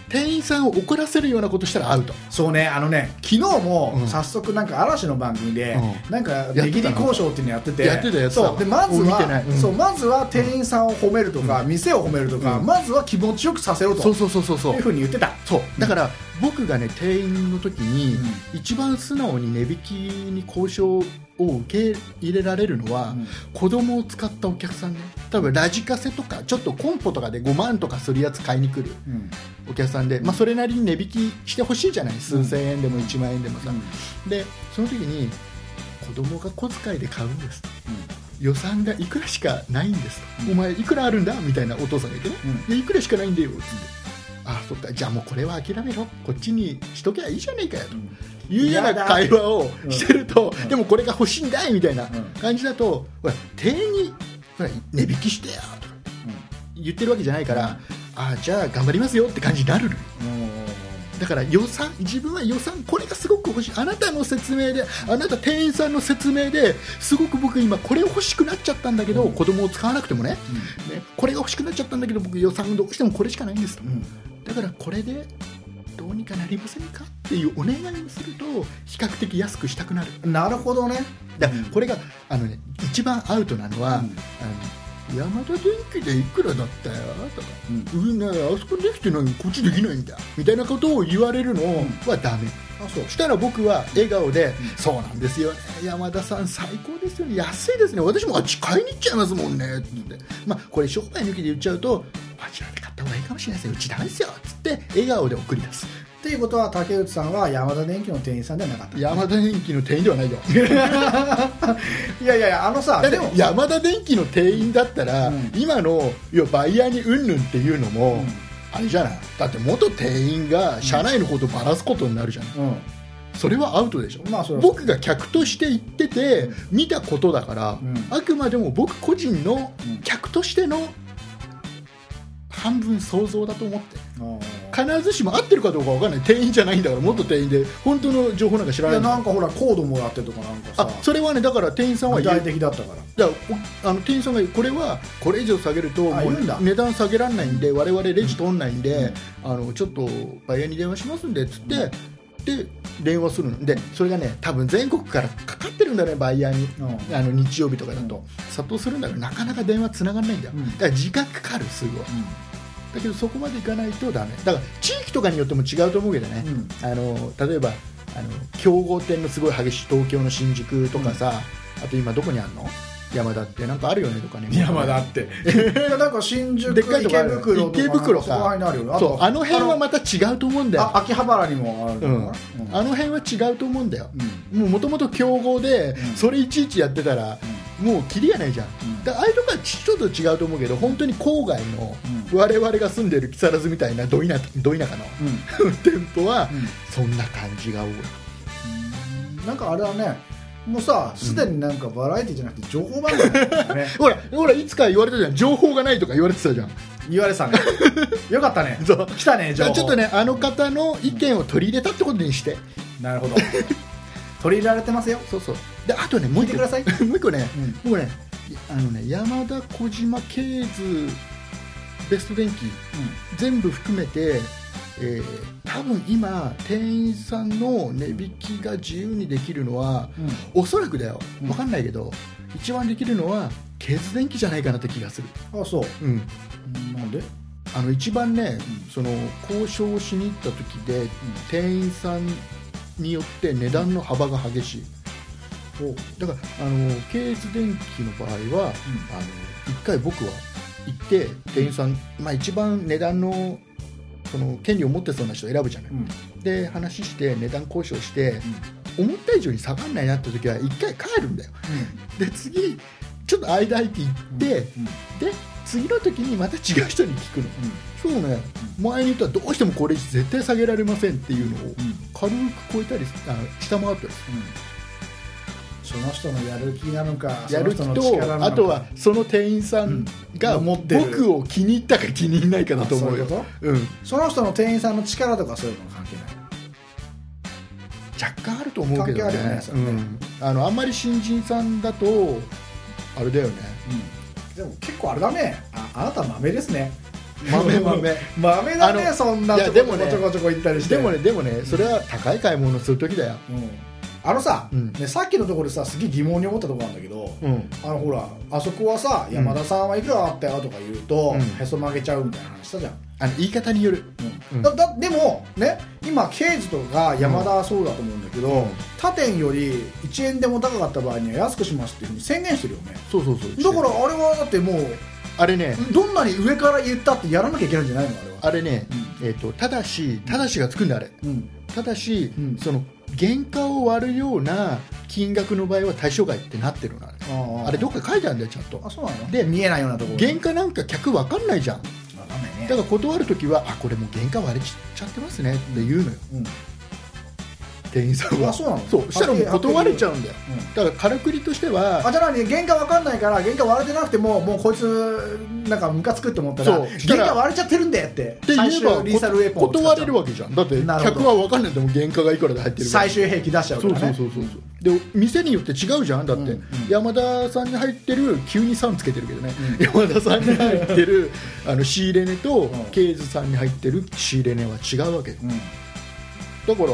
[SPEAKER 2] 店員さんを怒らせるようなことしたらアウト
[SPEAKER 1] そうねあのね昨日も
[SPEAKER 2] うん
[SPEAKER 1] 早速なんか嵐の番組で、
[SPEAKER 2] う
[SPEAKER 1] なんか
[SPEAKER 2] たの
[SPEAKER 1] 値切り交渉っていうのやってて
[SPEAKER 2] やってたやってた
[SPEAKER 1] そうでまず
[SPEAKER 2] 俺見てな、
[SPEAKER 1] はい
[SPEAKER 2] うん
[SPEAKER 1] そうまずは店員さんを褒めるとか、店を褒めるとか、
[SPEAKER 2] うん
[SPEAKER 1] まずは気持ちよくさせろと
[SPEAKER 2] そうそうそうそうそ
[SPEAKER 1] いう
[SPEAKER 2] う
[SPEAKER 1] ふうに言ってた
[SPEAKER 2] そうだから僕がね店員の時に、
[SPEAKER 1] う
[SPEAKER 2] 一番素直に値引きに交渉を受け入れられるのは、
[SPEAKER 1] うん
[SPEAKER 2] 子供を使ったお客さんね多分ラジカセとかちょっとコンポとかで5万とかするやつ買いに来る
[SPEAKER 1] うん
[SPEAKER 2] お客さんで、まあ、それなりに値引きしてほしいじゃない数千円でも1万円でもさ、でその時に子供が小遣いで買うんですと予算がいくらしかないんですと、
[SPEAKER 1] うん
[SPEAKER 2] お前いくらあるんだみたいなお父さんがいてね、
[SPEAKER 1] うん
[SPEAKER 2] でいくらしかないんだよっつってあそっかじゃあもうこれは諦めろこっちにしときゃいいじゃねえかよと
[SPEAKER 1] うん
[SPEAKER 2] いうような会話をしてると、
[SPEAKER 1] うん
[SPEAKER 2] でもこれが欲しいんだいみたいな
[SPEAKER 1] うん
[SPEAKER 2] 感じだと、ほら店員にほら値引きしてよとか言ってるわけじゃないから、あじゃあ頑張りますよって感じになるのよ
[SPEAKER 1] うんうんうん
[SPEAKER 2] だから予算自分は予算これがすごく欲しいあなたの説明であなた店員さんの説明ですごく僕今これ欲しくなっちゃったんだけど、
[SPEAKER 1] うん
[SPEAKER 2] 子供を使わなくてもね,、ねこれが欲しくなっちゃったんだけど僕予算どうしてもこれしかないんですと、
[SPEAKER 1] うん
[SPEAKER 2] だからこれでどうにかなりませんかっていうお願いをすると比較的安くしたくなる
[SPEAKER 1] なるほどね
[SPEAKER 2] だからこれがあの、ね、一番アウトなのは、
[SPEAKER 1] う
[SPEAKER 2] あ
[SPEAKER 1] ん
[SPEAKER 2] のヤマダ電機でいくらだったよとか、
[SPEAKER 1] う
[SPEAKER 2] うん、あそこできてないのにこっちできないんだみたいなことを言われるのはダメ、
[SPEAKER 1] あそう
[SPEAKER 2] したら僕は笑顔で、そうなんですよね山田さん最高ですよね安いですね私もあっち買いに行っちゃいますもんねって言って、まあ、これ商売抜きで言っちゃうとあちらで買った方がいいかもしれないですようちダメですよっつって笑顔で送り出す
[SPEAKER 1] っていうことは竹内さんは山田電機の店員さんではなかった
[SPEAKER 2] 山田電機の店員ではないよ
[SPEAKER 1] いやいやいやあの
[SPEAKER 2] だ
[SPEAKER 1] さ
[SPEAKER 2] って
[SPEAKER 1] でも
[SPEAKER 2] 山田電機の店員だったら、
[SPEAKER 1] うん
[SPEAKER 2] 今の要はバイヤーにうんぬんっていうのも、
[SPEAKER 1] ん
[SPEAKER 2] あれじゃないだって元店員が社内のことをばらすことになるじゃない、
[SPEAKER 1] うん
[SPEAKER 2] それはアウトでしょ、
[SPEAKER 1] まあそれは
[SPEAKER 2] 僕が客として行ってて見たことだから、
[SPEAKER 1] うん
[SPEAKER 2] あくまでも僕個人の
[SPEAKER 1] うん
[SPEAKER 2] 客としての半分想像だと思って
[SPEAKER 1] あ
[SPEAKER 2] 必ずしも合ってるかどうかわかんない店員じゃないんだから元店員で本当の情報なんか知
[SPEAKER 1] ー
[SPEAKER 2] らない
[SPEAKER 1] いや
[SPEAKER 2] んだ
[SPEAKER 1] なんかほらコードもらってとかなんか
[SPEAKER 2] あ
[SPEAKER 1] さ
[SPEAKER 2] それはねだから店員さんは
[SPEAKER 1] 具
[SPEAKER 2] 言う
[SPEAKER 1] 体的だったから
[SPEAKER 2] だからおあの店員さんがこれはこれ以上下げると
[SPEAKER 1] あ
[SPEAKER 2] もう
[SPEAKER 1] 言うんだ
[SPEAKER 2] 値段下げられないんで我々レジ通んないんで、あのちょっとバイヤーに電話しますんでっつって、で電話するのでそれがね多分全国からかかってるんだねバイヤーに、
[SPEAKER 1] うん
[SPEAKER 2] あの日曜日とかだと、
[SPEAKER 1] うん
[SPEAKER 2] 殺到するんだけどなかなか電話つながらないんだよ、
[SPEAKER 1] うん
[SPEAKER 2] だから時間かかるすごいだけどそこまでいかないとダメだから地域とかによっても違うと思うけどね、あの例えばあの競合店のすごい激しい東京の新宿とかさ、あと今どこにあるの山田ってなんかあるよねとかね
[SPEAKER 1] 山田っていやなんか新宿
[SPEAKER 2] でっかいとこ
[SPEAKER 1] 池
[SPEAKER 2] ある
[SPEAKER 1] 袋とか
[SPEAKER 2] 池袋
[SPEAKER 1] そこら
[SPEAKER 2] か
[SPEAKER 1] 辺にあるよね
[SPEAKER 2] そう
[SPEAKER 1] と
[SPEAKER 2] あの辺はまた違うと思うんだ
[SPEAKER 1] あ
[SPEAKER 2] よ
[SPEAKER 1] 秋葉原にもある
[SPEAKER 2] う
[SPEAKER 1] の
[SPEAKER 2] ん
[SPEAKER 1] かな
[SPEAKER 2] あの辺は違うと思うんだよ
[SPEAKER 1] うんうん
[SPEAKER 2] もうもともと競合で
[SPEAKER 1] うん
[SPEAKER 2] それいちいちやってたらもうキリがないじゃん
[SPEAKER 1] うん
[SPEAKER 2] だからああいうとこはちょっと違うと思うけど本当に郊外の
[SPEAKER 1] うん
[SPEAKER 2] 我々が住んでる木更津みたいなど田ど田舎の
[SPEAKER 1] うんうん
[SPEAKER 2] 店舗は
[SPEAKER 1] うん
[SPEAKER 2] そんな感じが多い
[SPEAKER 1] なんかあれはねもうさすでになんかバラエティじゃなくて情報番組だったね
[SPEAKER 2] ほらほらいつか言われたじゃん情報がないとか言われてたじゃん
[SPEAKER 1] 言われてたねよかったね
[SPEAKER 2] そう
[SPEAKER 1] 来たね
[SPEAKER 2] じ
[SPEAKER 1] 情
[SPEAKER 2] ゃあ
[SPEAKER 1] 報
[SPEAKER 2] ちょっとねあの方の意見を取り入れたってことにして、
[SPEAKER 1] なるほど取り入れられてますよ
[SPEAKER 2] そうそうであとねもう一
[SPEAKER 1] 聞いて
[SPEAKER 2] 個
[SPEAKER 1] ください
[SPEAKER 2] もう一個ね、僕ねあのね山田小島ケイズベスト電機全部含めて、えー多分今店員さんの値引きが自由にできるのは
[SPEAKER 1] うん
[SPEAKER 2] おそらくだよ
[SPEAKER 1] うん
[SPEAKER 2] 分かんないけど、一番できるのはケイズ電機じゃないかなって気がする、
[SPEAKER 1] あそう
[SPEAKER 2] うん、
[SPEAKER 1] うんなんで
[SPEAKER 2] あの一番ね、
[SPEAKER 1] うん
[SPEAKER 2] その交渉をしに行った時で、店員さんによって値段の幅が激しいだからあのケーズ電機の場合は、あ
[SPEAKER 1] う
[SPEAKER 2] の一回僕は行って店員さん、まあ、一番値段のその権利を持ってそうな人を選ぶじゃない、
[SPEAKER 1] うん
[SPEAKER 2] で話して値段交渉して、思った以上に下がんないなって時は一回帰るんだよで次ちょっと間空いて行って、
[SPEAKER 1] うん
[SPEAKER 2] で次の時にまた違う人に聞くの
[SPEAKER 1] うん
[SPEAKER 2] そうね、前に言ったらどうしてもこれ以上絶対下げられませんっていうのを
[SPEAKER 1] うん
[SPEAKER 2] 軽く超えたりあ下回ったりす
[SPEAKER 1] その人のやる気なのか
[SPEAKER 2] るやる気
[SPEAKER 1] その人の力なの
[SPEAKER 2] と
[SPEAKER 1] か
[SPEAKER 2] あとはその店員さんが
[SPEAKER 1] うん持ってる
[SPEAKER 2] 僕を気に入ったか気に入らないかだと思うよ
[SPEAKER 1] あそういうこ
[SPEAKER 2] うん、
[SPEAKER 1] その人の店員さんの力とかそういうの関係ない
[SPEAKER 2] 若干あると思うけど
[SPEAKER 1] 関係あるよ
[SPEAKER 2] ね
[SPEAKER 1] ねそうれね
[SPEAKER 2] ん、あのあんまり新人さんだとあれだよね
[SPEAKER 1] でも結構あれだねああなた豆ですね
[SPEAKER 2] 豆豆
[SPEAKER 1] 豆だ
[SPEAKER 2] あ
[SPEAKER 1] ね
[SPEAKER 2] の
[SPEAKER 1] そんないち
[SPEAKER 2] や
[SPEAKER 1] ょこ
[SPEAKER 2] でも
[SPEAKER 1] ちょ
[SPEAKER 2] ね
[SPEAKER 1] こちょこちょこ行ったりして
[SPEAKER 2] でもねでもねそれは高い買い物する時だよ、
[SPEAKER 1] うんあのさ、
[SPEAKER 2] うん
[SPEAKER 1] ね、さっきのところでさすげえ疑問に思ったところなんだけど、
[SPEAKER 2] うん、
[SPEAKER 1] あのほらあそこはさ
[SPEAKER 2] うん
[SPEAKER 1] 山田さんはいくらあったよとか言うと、
[SPEAKER 2] うん
[SPEAKER 1] へそ曲げちゃうみたいな話したじゃん、
[SPEAKER 2] あの言い方によるうん
[SPEAKER 1] だだでもね今ケイジとか山田はそうだと思うんだけど、
[SPEAKER 2] うん
[SPEAKER 1] 他店より1円でも高かった場合には安くしますっていうふうに宣言してるよね
[SPEAKER 2] そうそうそう
[SPEAKER 1] だからあれはだってもう
[SPEAKER 2] あれね
[SPEAKER 1] どんなに上から言ったってやらなきゃいけないんじゃないのあれは
[SPEAKER 2] あれね、
[SPEAKER 1] う
[SPEAKER 2] えっとただしただしがつくんだあれ
[SPEAKER 1] うん
[SPEAKER 2] ただし、
[SPEAKER 1] うん
[SPEAKER 2] その原価を割るような金額の場合は対象外ってなってるのあれ
[SPEAKER 1] あ
[SPEAKER 2] あれどっか書いてあるんだよちゃんと
[SPEAKER 1] あそうなの
[SPEAKER 2] で
[SPEAKER 1] 見えないようなところ
[SPEAKER 2] 原価なんか客分かんないじゃんだ
[SPEAKER 1] わかんないね
[SPEAKER 2] から断るときはあこれもう原価割れちゃってますねって言うのよ
[SPEAKER 1] うん
[SPEAKER 2] 店員さんは
[SPEAKER 1] あそうなの
[SPEAKER 2] したらもう断れちゃうんだよ
[SPEAKER 1] うん
[SPEAKER 2] だからからくりとしては
[SPEAKER 1] あじゃあ何原価わかんないから原価割れてなくてももうこいつなんかムカつくって思ったら
[SPEAKER 2] そう
[SPEAKER 1] 原価割れちゃってるんだよって
[SPEAKER 2] って言
[SPEAKER 1] 最
[SPEAKER 2] えば
[SPEAKER 1] 終リーサルウェポンを使っちゃ
[SPEAKER 2] 断
[SPEAKER 1] う
[SPEAKER 2] れるわけじゃんだって
[SPEAKER 1] なるほど
[SPEAKER 2] 客は分かんないでも原価がいくらで入ってるから
[SPEAKER 1] 最終兵器出しちゃう
[SPEAKER 2] そ
[SPEAKER 1] か
[SPEAKER 2] う
[SPEAKER 1] ら
[SPEAKER 2] そう
[SPEAKER 1] ね
[SPEAKER 2] そうそうで店によって違うじゃんだって、
[SPEAKER 1] うんうん
[SPEAKER 2] 山田さんに入ってる急に「さん」つけてるけどね、
[SPEAKER 1] うん
[SPEAKER 2] 山田さんに入って るあの仕入れ値と、
[SPEAKER 1] ん
[SPEAKER 2] ケイズさんに入ってる仕入れ値は違うわけだから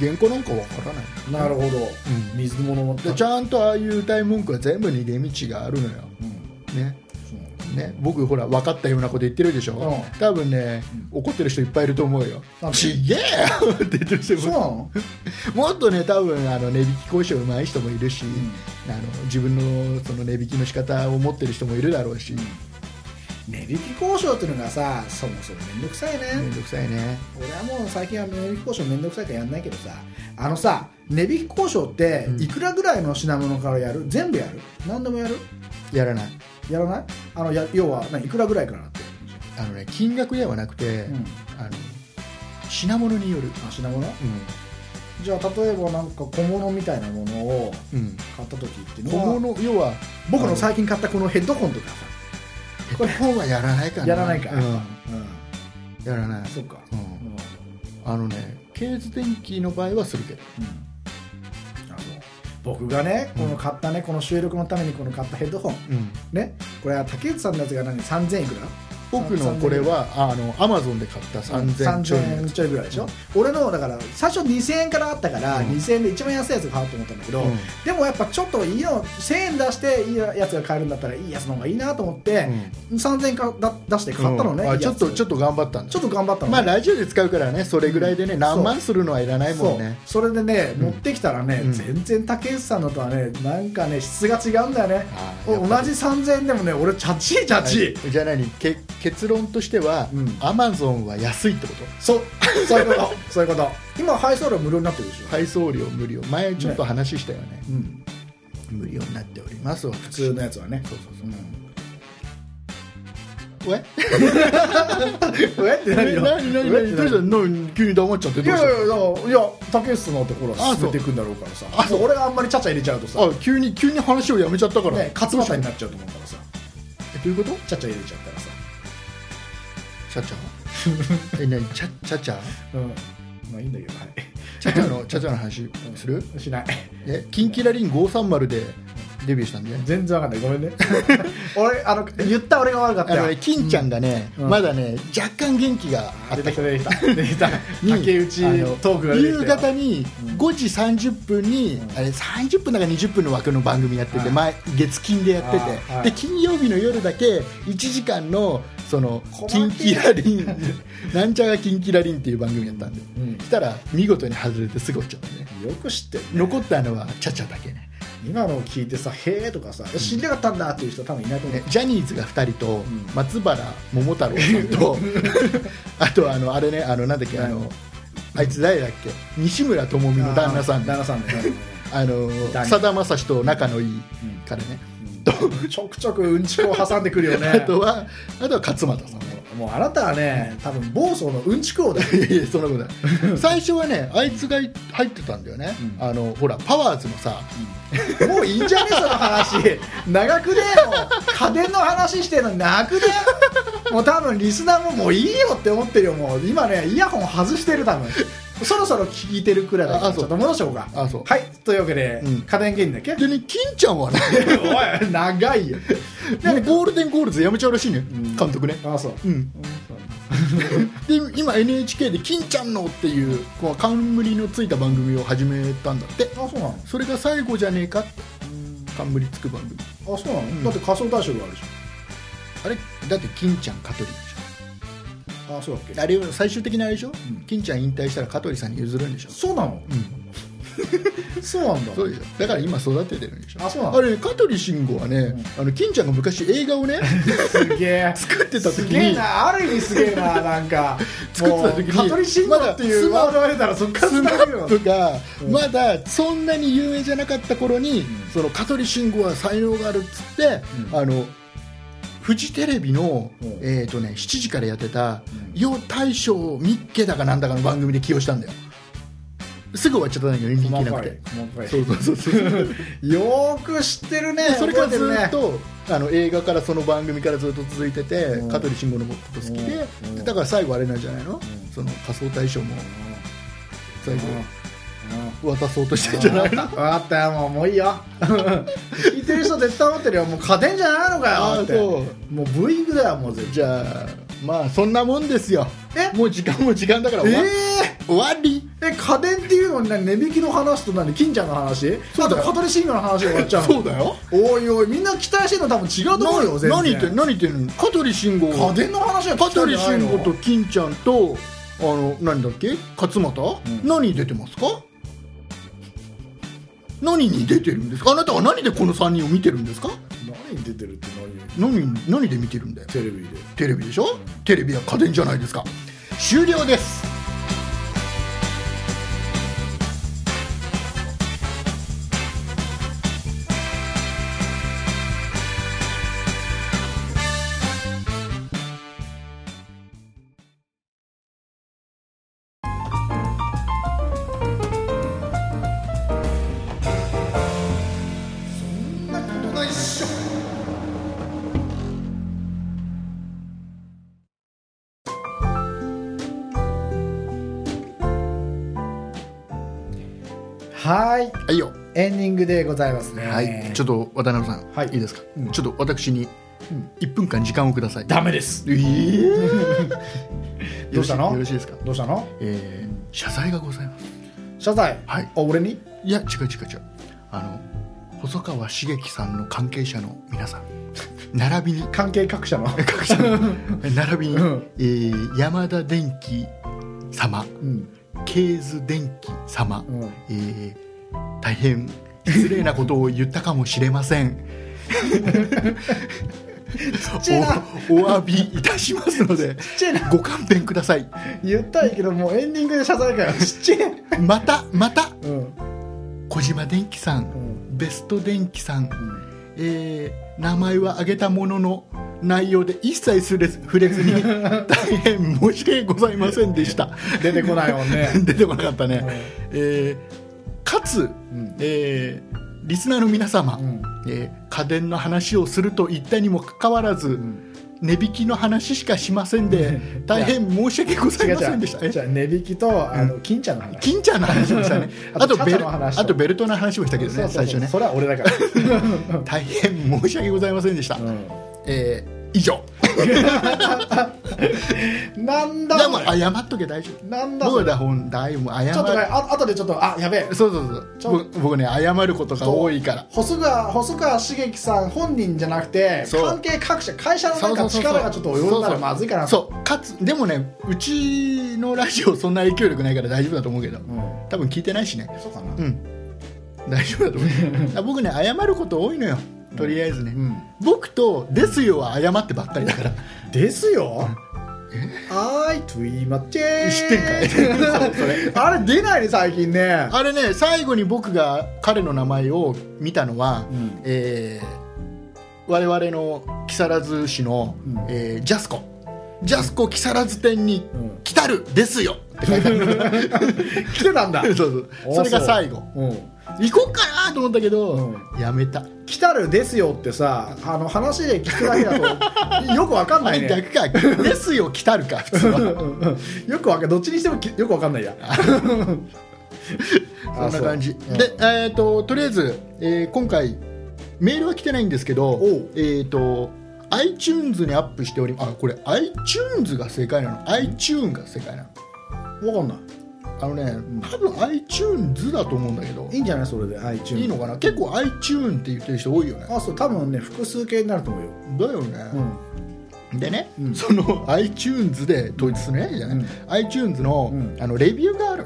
[SPEAKER 2] 原価なんか分からない
[SPEAKER 1] うんなるほど、水物の
[SPEAKER 2] でちゃんとああいう歌い文句は全部逃げ道があるのよ
[SPEAKER 1] うん
[SPEAKER 2] ね
[SPEAKER 1] そう
[SPEAKER 2] ね、僕ほら分かったようなこと言ってるでしょ、
[SPEAKER 1] うん
[SPEAKER 2] 多分ね、怒ってる人いっぱいいると思うよ
[SPEAKER 1] なんで
[SPEAKER 2] ちげえよって言ってる人
[SPEAKER 1] そう
[SPEAKER 2] も
[SPEAKER 1] なの
[SPEAKER 2] もっとね多分あの値引き交渉うまい人もいるし、あの自分のその値引きの仕方を持ってる人もいるだろうし
[SPEAKER 1] 値引き交渉っていうのがさそもそも面倒くさいね、
[SPEAKER 2] 面倒くさいね
[SPEAKER 1] 俺はもう最近は値引き交渉面倒くさいからやんないけどさあのさ値引き交渉って
[SPEAKER 2] うん
[SPEAKER 1] いくらぐらいの品物からやる全部やる何でもやる
[SPEAKER 2] やらない
[SPEAKER 1] やらないあのや要は何いくらぐらいからだって、
[SPEAKER 2] あのね金額ではなくて、
[SPEAKER 1] うん
[SPEAKER 2] あの品物による
[SPEAKER 1] あ品物
[SPEAKER 2] う
[SPEAKER 1] じゃあ例えばなんか小物みたいなものを
[SPEAKER 2] ん、うん、
[SPEAKER 1] 買った時っていう
[SPEAKER 2] 小
[SPEAKER 1] のは
[SPEAKER 2] 物要は
[SPEAKER 1] 僕の最近買ったこのヘッドホンとかさ、
[SPEAKER 2] これ本はやらないかな
[SPEAKER 1] やらないか
[SPEAKER 2] うん、
[SPEAKER 1] う
[SPEAKER 2] やらない
[SPEAKER 1] ん、そっか、
[SPEAKER 2] うん
[SPEAKER 1] うん
[SPEAKER 2] あのねケーズ電機の場合はするけど
[SPEAKER 1] あの僕がねこの買ったね、この収録のためにこの買ったヘッドホン
[SPEAKER 2] うん
[SPEAKER 1] ねこれは竹内さんのやつが何3000いくら
[SPEAKER 2] 僕のこれはあのアマゾンで買った3000ちょいの
[SPEAKER 1] 3000
[SPEAKER 2] や
[SPEAKER 1] 円
[SPEAKER 2] つ
[SPEAKER 1] ちょいぐらいでしょ、俺のだから最初2000円からあったから、
[SPEAKER 2] うん
[SPEAKER 1] 2000円で一番安いやつ買おうと思ったんだけど、
[SPEAKER 2] うん
[SPEAKER 1] でもやっぱちょっといいの1000円出していいやつが買えるんだったらいいやつの方がいいなと思って、3000円かだ出して買ったのね、
[SPEAKER 2] うんあちょっとちょ
[SPEAKER 1] っ
[SPEAKER 2] っと頑張ったんだ
[SPEAKER 1] ちょっと頑張ったの、
[SPEAKER 2] まあラジオで使うからねそれぐらいでね、
[SPEAKER 1] うん
[SPEAKER 2] 何万するのはいらないもんね
[SPEAKER 1] そうそれでね、
[SPEAKER 2] うん
[SPEAKER 1] 持ってきたらね、
[SPEAKER 2] うん
[SPEAKER 1] 全然竹内さんのとはねなんかね質が違うんだよね
[SPEAKER 2] あー
[SPEAKER 1] お
[SPEAKER 2] や
[SPEAKER 1] 同
[SPEAKER 2] っ
[SPEAKER 1] じ
[SPEAKER 2] ぱり
[SPEAKER 1] 3000円でもね俺チャチーチャチー、
[SPEAKER 2] はいじゃあ何け結論としては
[SPEAKER 1] うん
[SPEAKER 2] アマゾンは安いってこと
[SPEAKER 1] そう そういうことそういうこと今配送料無料になってるでしょ、
[SPEAKER 2] 配送料無料前ちょっと話したよね
[SPEAKER 1] うん、
[SPEAKER 2] 無料になっております普
[SPEAKER 1] 普通のやつはねそうそう
[SPEAKER 2] え
[SPEAKER 1] そう、うん、えって何
[SPEAKER 2] 何
[SPEAKER 1] よ
[SPEAKER 2] 何何
[SPEAKER 1] えって
[SPEAKER 2] どうしたの急に黙っちゃって
[SPEAKER 1] い
[SPEAKER 2] どう
[SPEAKER 1] や
[SPEAKER 2] し
[SPEAKER 1] い
[SPEAKER 2] た
[SPEAKER 1] や
[SPEAKER 2] の
[SPEAKER 1] いやいや竹内さんのってほら
[SPEAKER 2] あそう
[SPEAKER 1] 進めていくんだろうからさそう俺があんまりちゃちゃ入れちゃうとさ、
[SPEAKER 2] あ急に急に話をやめちゃったから、
[SPEAKER 1] ね、勝俣になっちゃうと思うからさ
[SPEAKER 2] えどういうこと
[SPEAKER 1] ちゃちゃ入れちゃったらさ、
[SPEAKER 2] チャチャ え何チャチャチ ャ
[SPEAKER 1] うん、まあいいんだけどはい
[SPEAKER 2] チャチャのチャチャの話する、
[SPEAKER 1] しない
[SPEAKER 2] えキンキラリン530でデビューしたんだよね
[SPEAKER 1] 全然わかんないごめん ね俺あの言った俺が悪かっ
[SPEAKER 2] あ
[SPEAKER 1] た
[SPEAKER 2] の
[SPEAKER 1] よ
[SPEAKER 2] ね金ちゃんがね、
[SPEAKER 1] うん
[SPEAKER 2] まだね若干元気があ
[SPEAKER 1] あ
[SPEAKER 2] っ
[SPEAKER 1] 出
[SPEAKER 2] た
[SPEAKER 1] てきた出てきた出てきた
[SPEAKER 2] に
[SPEAKER 1] 竹内
[SPEAKER 2] あの
[SPEAKER 1] トークが出てきた
[SPEAKER 2] 夕方に5時30分に、
[SPEAKER 1] うん
[SPEAKER 2] あれ30分だか20分の枠の番組やってて、
[SPEAKER 1] はい
[SPEAKER 2] 前月金でやってて、
[SPEAKER 1] はいはい
[SPEAKER 2] で金曜日の夜だけ1時間のその
[SPEAKER 1] 細け
[SPEAKER 2] キ
[SPEAKER 1] え
[SPEAKER 2] ンキラリン なんちゃらキンキラリンっていう番組やったんで、
[SPEAKER 1] うん
[SPEAKER 2] そしたら見事に外れてすぐ落ちちゃったね
[SPEAKER 1] よく知ってるね
[SPEAKER 2] 残ったのはチャチャだけね
[SPEAKER 1] 今のを聞いてさ「へえ」とかさ「知りたかったんだ」っていう人多分いないと思う
[SPEAKER 2] ねジャニーズが2人と
[SPEAKER 1] ん
[SPEAKER 2] 松原桃太郎さん とあとはあのあれねあのなんだっけあ
[SPEAKER 1] は
[SPEAKER 2] の
[SPEAKER 1] い
[SPEAKER 2] あいつ誰だっけ西村智美の旦那さん
[SPEAKER 1] 旦 那さんね
[SPEAKER 2] あの
[SPEAKER 1] 旦那
[SPEAKER 2] さだまさしと仲のいいからね、
[SPEAKER 1] うんちょくちょくうんちくを挟んでくるよ ね
[SPEAKER 2] あとはあとは勝俣さんね
[SPEAKER 1] もうあなたはね多分暴走のうんちく王だよ
[SPEAKER 2] いやいやそんなことない最初はねあいつがい入ってたんだよね、
[SPEAKER 1] うん
[SPEAKER 2] あのほらパワーズのさ、
[SPEAKER 1] もういいんじゃねえその話長くねえよ家電の話してんのに長くねもう多分リスナーももういいよって思ってるよもう今ねイヤホン外してる多分そろそろ聞いてるくらいだか
[SPEAKER 2] あ
[SPEAKER 1] ら
[SPEAKER 2] そう
[SPEAKER 1] ちょっと戻しようか
[SPEAKER 2] あそう
[SPEAKER 1] はいというわけで、
[SPEAKER 2] うん
[SPEAKER 1] 家電芸人だっけ
[SPEAKER 2] でね金ちゃんはね
[SPEAKER 1] おい 長いよ
[SPEAKER 2] もうゴールデンゴールズやめちゃうらしいね、
[SPEAKER 1] ん
[SPEAKER 2] 監督ね
[SPEAKER 1] あそう
[SPEAKER 2] うんで今 NHK で「金ちゃんの」っていうこう冠のついた番組を始めたんだって
[SPEAKER 1] あそうなの
[SPEAKER 2] それが最後じゃねえかって冠つく番組
[SPEAKER 1] あそうなの、
[SPEAKER 2] ん
[SPEAKER 1] だって仮想大賞があるじ
[SPEAKER 2] あれだって金ちゃん香取でし
[SPEAKER 1] ゃんあそうだっ
[SPEAKER 2] ょ
[SPEAKER 1] け
[SPEAKER 2] あれは最終的なあれでしょ、
[SPEAKER 1] ん
[SPEAKER 2] 金ちゃん引退したら香取さんに譲るんでしょ、
[SPEAKER 1] そうなの、
[SPEAKER 2] うん、
[SPEAKER 1] そうなんだ
[SPEAKER 2] そうでしょだから今育ててるんでしょ
[SPEAKER 1] あそうなの
[SPEAKER 2] あれね香取慎吾はね、あの金ちゃんが昔映画を ね
[SPEAKER 1] すげえ
[SPEAKER 2] 作ってた時
[SPEAKER 1] すげえ
[SPEAKER 2] に
[SPEAKER 1] なある意味すげえななんか
[SPEAKER 2] 作ってた時に
[SPEAKER 1] もう香取慎吾っていう
[SPEAKER 2] まだ
[SPEAKER 1] ワードが出たらそっから
[SPEAKER 2] スマ
[SPEAKER 1] つなげる
[SPEAKER 2] ッ
[SPEAKER 1] の
[SPEAKER 2] プが
[SPEAKER 1] うん
[SPEAKER 2] まだそんなに有名じゃなかった頃に、
[SPEAKER 1] ん
[SPEAKER 2] その香取慎吾は才能があるっつって、
[SPEAKER 1] うん
[SPEAKER 2] あのフジテレビの、
[SPEAKER 1] うん
[SPEAKER 2] えーとね、7時からやってた「
[SPEAKER 1] うん
[SPEAKER 2] よ、大将ミッケだかなんだか」の番組で起用したんだよすぐ終わっちゃったんだけどエンディング
[SPEAKER 1] 細
[SPEAKER 2] 切れな
[SPEAKER 1] か
[SPEAKER 2] く
[SPEAKER 1] い
[SPEAKER 2] て
[SPEAKER 1] 細か
[SPEAKER 2] そうそうそうそう
[SPEAKER 1] いよーく知ってるね
[SPEAKER 2] それからず
[SPEAKER 1] 覚
[SPEAKER 2] っ
[SPEAKER 1] えてるね
[SPEAKER 2] と、あの映画からその番組からずっと続いてて、
[SPEAKER 1] うん
[SPEAKER 2] 香取慎吾のこと好きで,、
[SPEAKER 1] うん
[SPEAKER 2] でだから最後あれなんじゃないの、
[SPEAKER 1] ん
[SPEAKER 2] その仮装大賞も最後
[SPEAKER 1] うんうん
[SPEAKER 2] 渡そうとしてんじゃないの、
[SPEAKER 1] 分かったよもうもういいよ聞いてる人絶対思ってるよもう勝てんじゃないのか
[SPEAKER 2] あ
[SPEAKER 1] よ
[SPEAKER 2] あ
[SPEAKER 1] って
[SPEAKER 2] そ
[SPEAKER 1] もうブーイングだよもう絶
[SPEAKER 2] うじゃあまあそんなもんですよ
[SPEAKER 1] え
[SPEAKER 2] もう時間も時間だから
[SPEAKER 1] 対
[SPEAKER 2] 終わ,、
[SPEAKER 1] え
[SPEAKER 2] 終わり
[SPEAKER 1] ー、え家電っていうのに何値引きの話と何金ちゃんの話
[SPEAKER 2] そうだ
[SPEAKER 1] あと
[SPEAKER 2] よ
[SPEAKER 1] 香取慎吾の話で終わっちゃうの
[SPEAKER 2] そうだよ
[SPEAKER 1] おいおいみんな期待してるの多分違うと思うよ全然
[SPEAKER 2] 何言ってん何言ってんの香取慎吾
[SPEAKER 1] 家電の話は
[SPEAKER 2] 香
[SPEAKER 1] 聞きたいん
[SPEAKER 2] 取
[SPEAKER 1] じゃない
[SPEAKER 2] 慎
[SPEAKER 1] の
[SPEAKER 2] 吾と金ちゃんとあの何だっけ勝俣、
[SPEAKER 1] うん
[SPEAKER 2] 何に出てますか何に出てるんですかあなたは何でこの3人を見てるんですか
[SPEAKER 1] 何に出てるって何
[SPEAKER 2] 何何で見てるんだよ
[SPEAKER 1] テレビで
[SPEAKER 2] テレビでしょテレビは家電じゃないですか終了です
[SPEAKER 1] そんなことないっしょはい
[SPEAKER 2] はいよ
[SPEAKER 1] エンディングでございますね
[SPEAKER 2] はいちょ
[SPEAKER 1] ょ
[SPEAKER 2] っと渡辺さん、
[SPEAKER 1] はい
[SPEAKER 2] い、いですか、
[SPEAKER 1] うん
[SPEAKER 2] ちょっと私に
[SPEAKER 1] うん
[SPEAKER 2] 1分間時間をください、
[SPEAKER 1] ダメです
[SPEAKER 2] えー
[SPEAKER 1] どうしたの
[SPEAKER 2] よろしいよろしいですか、
[SPEAKER 1] どうしたの
[SPEAKER 2] えー、謝罪がございます
[SPEAKER 1] 謝罪
[SPEAKER 2] はい
[SPEAKER 1] あ俺に
[SPEAKER 2] いや違う違う違うあの細川茂樹さんの関係者の皆さん並び に
[SPEAKER 1] 関係各社の
[SPEAKER 2] 各社の並びに、
[SPEAKER 1] うん
[SPEAKER 2] えー山田電機様
[SPEAKER 1] うん
[SPEAKER 2] ケーズ電機様、
[SPEAKER 1] うん
[SPEAKER 2] えー大変失礼なことを言ったかもしれません
[SPEAKER 1] ちゃいな
[SPEAKER 2] おお詫びいたしますので
[SPEAKER 1] ちっちゃいな
[SPEAKER 2] ご勘弁ください
[SPEAKER 1] 言ったらいいけどもうエンディングで謝罪会はちっちゃい
[SPEAKER 2] またまた
[SPEAKER 1] うんうん
[SPEAKER 2] 小島電機さんベスト電機さん
[SPEAKER 1] うん
[SPEAKER 2] えー名前は挙げたものの内容で一切触れず触れずに大変申し訳ございませんでした
[SPEAKER 1] 出てこないもんね
[SPEAKER 2] 出てこなかったね、えーかつ、
[SPEAKER 1] うん
[SPEAKER 2] えーリスナーの皆様、
[SPEAKER 1] うん
[SPEAKER 2] えー家電の話をすると言ったにもかかわらず、
[SPEAKER 1] ん
[SPEAKER 2] 値引きの話しかしませんで
[SPEAKER 1] うん
[SPEAKER 2] 大変申し訳ござ
[SPEAKER 1] 違
[SPEAKER 2] いうませんでした
[SPEAKER 1] 違う
[SPEAKER 2] え
[SPEAKER 1] 違う値引きとあの金ちゃんの話
[SPEAKER 2] 金ちゃんの話もしたね
[SPEAKER 1] あ
[SPEAKER 2] あ
[SPEAKER 1] と
[SPEAKER 2] とベ
[SPEAKER 1] チャチャの
[SPEAKER 2] ル
[SPEAKER 1] 話と
[SPEAKER 2] あとベルトの話もしたけどね
[SPEAKER 1] そうそうそう
[SPEAKER 2] 最初ね
[SPEAKER 1] それは俺だから
[SPEAKER 2] 大変申し訳ございませんでした、
[SPEAKER 1] う
[SPEAKER 2] えー以上
[SPEAKER 1] んな
[SPEAKER 2] で
[SPEAKER 1] んだ
[SPEAKER 2] も
[SPEAKER 1] お前
[SPEAKER 2] 謝っとけ大丈夫
[SPEAKER 1] なんだそ
[SPEAKER 2] 僕
[SPEAKER 1] れ
[SPEAKER 2] だ本大も謝る
[SPEAKER 1] ちょっとねあ後でちょっとあやべえ
[SPEAKER 2] そうそう
[SPEAKER 1] ち
[SPEAKER 2] そ
[SPEAKER 1] ょ
[SPEAKER 2] う僕僕ね謝ることが多いから
[SPEAKER 1] 細川細川茂樹さん本人じゃなくて
[SPEAKER 2] そう
[SPEAKER 1] 関係各社会社の
[SPEAKER 2] そうそ
[SPEAKER 1] 中の
[SPEAKER 2] うそう
[SPEAKER 1] 力がちょっと及んだらまずいかな
[SPEAKER 2] そうそうかつでもねうちのラジオそんな影響力ないから大丈夫だと思うけど
[SPEAKER 1] うん
[SPEAKER 2] 多分聞いてないしね
[SPEAKER 1] そうかな
[SPEAKER 2] うん大丈夫だと思う あ僕ね謝ること多いのよとりあえずね、
[SPEAKER 1] うん
[SPEAKER 2] 僕と「ですよ」は謝ってばっかりだから
[SPEAKER 1] ですよあいと言いまって
[SPEAKER 2] 知ってん かいそうそれ
[SPEAKER 1] あれ出ないね最近ね
[SPEAKER 2] あれね最後に僕が彼の名前を見たのは、
[SPEAKER 1] うん
[SPEAKER 2] えー我々の木更津市の、
[SPEAKER 1] うん
[SPEAKER 2] えージャスコジャスコ木更津店に
[SPEAKER 1] うん
[SPEAKER 2] 来たるですよって書いてある
[SPEAKER 1] 来てたん だ
[SPEAKER 2] そうそう
[SPEAKER 1] あ
[SPEAKER 2] それが
[SPEAKER 1] そう
[SPEAKER 2] 最後
[SPEAKER 1] うん
[SPEAKER 2] 行こうかなと思ったけど、
[SPEAKER 1] う
[SPEAKER 2] やめた
[SPEAKER 1] 来たるですよってさあの話で聞くだけだ とよくわかん
[SPEAKER 2] あ
[SPEAKER 1] ない
[SPEAKER 2] れ
[SPEAKER 1] ね
[SPEAKER 2] 逆かですよ来たるか普 通は
[SPEAKER 1] うんうんよくわかんどっちにしてもきよくわかん ないや
[SPEAKER 2] そんな感じ
[SPEAKER 1] そううん
[SPEAKER 2] で、えー、ととりあえず、えー今回メールは来てないんですけど
[SPEAKER 1] おう、
[SPEAKER 2] えー、と iTunes にアップしておりますあこれ iTunes が正解なの iTune が正解なの
[SPEAKER 1] わかんない
[SPEAKER 2] あのね多分 iTunes だと思うんだけど
[SPEAKER 1] いいんじゃないそれで iTunes
[SPEAKER 2] いいのかな結構 iTune って言ってる人多いよね
[SPEAKER 1] あそう多分ね複数形になると思うよ
[SPEAKER 2] だよ
[SPEAKER 1] う
[SPEAKER 2] ね、
[SPEAKER 1] ん
[SPEAKER 2] でね、
[SPEAKER 1] うん
[SPEAKER 2] その iTunes で統一するねじゃない、
[SPEAKER 1] うん
[SPEAKER 2] iTunes の,、
[SPEAKER 1] うん
[SPEAKER 2] あのレビューがある